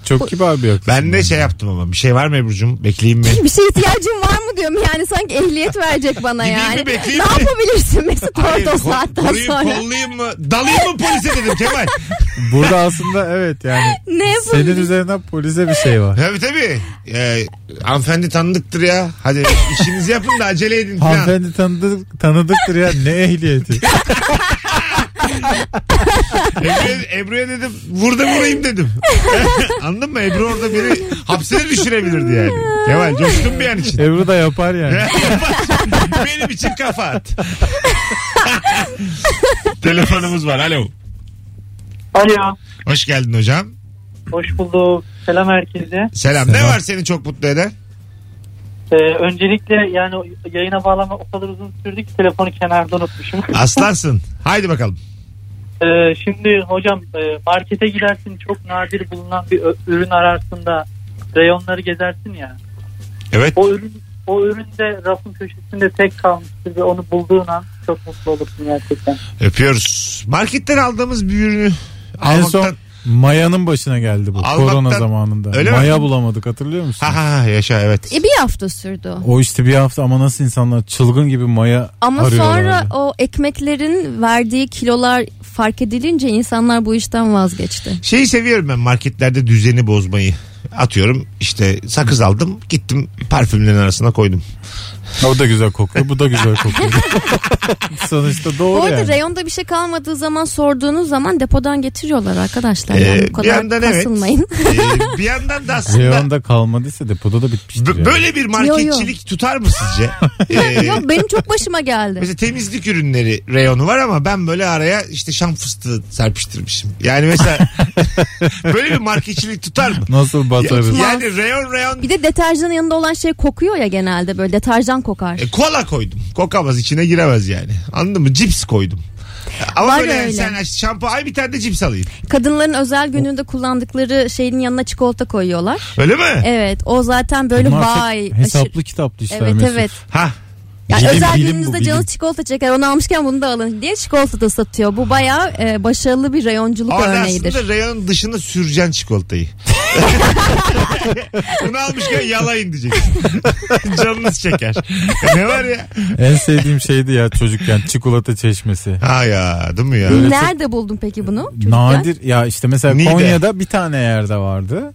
D: Çok kibar bir yaklaşım.
B: Ben de şey yaptım ama bir şey var mı Ebru'cum? Bekleyeyim mi?
C: Bir şey ihtiyacın var mı diyorum. Yani sanki ehliyet verecek bana
B: Gideyim mi,
C: yani. ne
B: bekleyeyim mi?
C: yapabilirsin Mesut
B: Hayır,
C: orada o
B: ko-
C: saatten
B: koruyayım,
C: sonra?
B: kollayayım mı? Dalayım mı polise dedim Kemal.
D: Burada aslında evet yani
C: Ne
D: senin
C: yapabilirsin?
D: üzerinden polise bir şey var.
B: tabii tabii. Ee, hanımefendi tanıdıktır ya. Hadi işinizi yapın da acele edin. falan.
D: Hanımefendi tanıdık, tanıdıktır ya ne ehliyeti.
B: Ebru'ya, Ebru'ya dedim vurda vurayım dedim. Anladın mı? Ebru orada beni hapse de düşürebilirdi yani. Kemal coştun bir an için.
D: Ebru da yapar yani.
B: Benim için kafa at. Telefonumuz var. Alo.
G: Alo
B: Hoş geldin hocam.
G: hoş bulduk selam herkese.
B: Selam. Ne
D: Selam.
B: var seni çok mutlu eden?
G: Ee, öncelikle yani o- yayına bağlama o kadar uzun sürdü ki telefonu kenarda unutmuşum.
B: Aslansın. Haydi bakalım.
G: Ee, şimdi hocam e, markete gidersin çok nadir bulunan bir ö- ürün ararsın da reyonları gezersin ya.
B: Evet.
G: O ürün
K: o ürün de rafın köşesinde tek kalmıştır ve onu bulduğun an çok mutlu olursun gerçekten.
B: Öpüyoruz. Marketten aldığımız bir ürünü
D: En
B: almaktan...
D: son Maya'nın başına geldi bu
B: Almaktan-
D: korona zamanında.
B: Öyle mi?
D: Maya bulamadık hatırlıyor musun?
B: Ha ha ha, yaşa evet.
C: E, bir hafta sürdü. o.
D: O işte bir hafta ama nasıl insanlar çılgın gibi Maya
C: Ama
D: arıyorlar.
C: sonra o ekmeklerin verdiği kilolar fark edilince insanlar bu işten vazgeçti.
B: Şeyi seviyorum ben marketlerde düzeni bozmayı. Atıyorum işte sakız aldım gittim parfümlerin arasına koydum.
D: O da güzel kokuyor bu da güzel kokuyor. Sonuçta
C: Bu
D: doğru
C: arada
D: yani.
C: reyonda bir şey kalmadığı zaman sorduğunuz zaman depodan getiriyorlar arkadaşlar.
B: Ee,
C: yani bu
B: bir
C: kadar
B: yandan evet.
C: kasılmayın.
B: Ee, bir yandan da aslında
D: Reyonda kalmadıysa depoda da bitmiştir.
B: b-
D: yani.
B: böyle bir marketçilik tutar mı sizce? Ee,
C: Yok benim çok başıma geldi.
B: Mesela temizlik ürünleri reyonu var ama ben böyle araya işte şam fıstığı serpiştirmişim. Yani mesela böyle bir marketçilik tutar mı?
D: Nasıl batarız?
B: Yani reyon reyon
C: Bir de deterjanın yanında olan şey kokuyor ya genelde böyle deterjan kokar.
B: E, kola koydum. Kokamaz içine giremez yani. Anladın mı? Cips koydum. Ama
C: Var
B: böyle yani
C: öyle.
B: sen şampuan ay bir tane de cips alayım.
D: E,
C: Kadınların özel gününde kullandıkları şeyin yanına çikolata koyuyorlar.
B: Öyle mi?
C: Evet o zaten böyle
D: Bunlar çok
C: vay.
D: Hesaplı
C: aşırı-
D: kitaplı işler
C: Evet
D: Mesut.
C: evet.
B: Ha.
C: Yani
D: Bilim,
C: özel
D: bilim bu,
C: gününüzde
D: bilim.
C: canınız çikolata çeker onu almışken bunu da alın diye çikolata da satıyor. Bu bayağı e, başarılı bir reyonculuk
B: Orada
C: örneğidir.
B: aslında reyonun dışına süreceksin çikolatayı. Bunu almışken yalayın diyeceksin. Canınız çeker. ne var ya?
D: En sevdiğim şeydi ya çocukken çikolata çeşmesi.
B: Ha ya değil mi ya?
C: Nerede buldun peki bunu? çocukken?
D: Nadir ya işte mesela
B: Niğde.
D: Konya'da bir tane yerde vardı.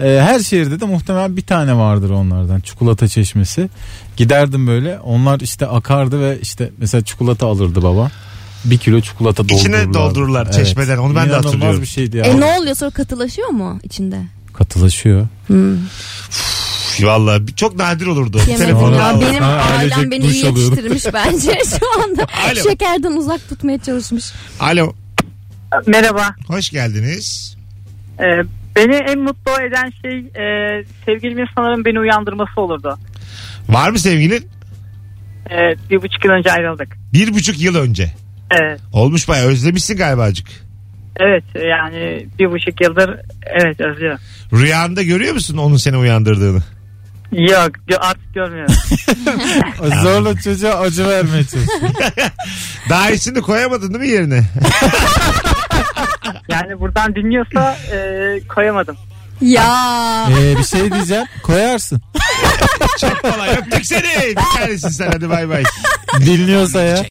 D: Ee, her şehirde de muhtemelen bir tane vardır onlardan çikolata çeşmesi. Giderdim böyle onlar işte akardı ve işte mesela çikolata alırdı baba. Bir kilo çikolata doldururlar.
B: İçine doldururlar çeşmeden, onu ben de hatırlıyorum.
D: bir şeydi ya.
C: E ne oluyor sonra katılaşıyor mu içinde?
D: Katılaşıyor.
B: Üf, Vallahi bir- çok nadir olurdu.
C: Yemedim
B: Telefonu
C: ya.
B: al.
C: Benim
D: Ha,
C: ailem
D: ailecek
C: beni
D: duş
C: iyi
D: alıyorduk.
C: yetiştirmiş bence şu anda.
B: Alo.
C: Şekerden uzak tutmaya çalışmış.
B: Alo.
K: Merhaba.
B: Hoş geldiniz.
K: Ee, beni en mutlu eden şey e, sevgilimin sanırım beni uyandırması olurdu.
B: Var mı sevgilin?
K: Ee, bir buçuk yıl önce ayrıldık.
B: Bir buçuk yıl önce.
K: Evet,
B: Olmuş bayağı özlemişsin galiba acık.
K: evet yani bir buçuk yıldır evet özlüyorum.
B: Rüyanda görüyor musun onun seni uyandırdığını?
K: Yok gö- artık görmüyorum.
D: Zorla çocuğa acı vermeye çalışıyor.
B: Daha iyisini koyamadın değil mi yerine?
K: yani buradan dinliyorsa e, koyamadım.
C: Ya.
D: Ee, bir şey diyeceğim koyarsın.
B: Çok kolay. Öptük seni. Bir tanesin sen hadi bay bay.
D: Dinliyorsa ya.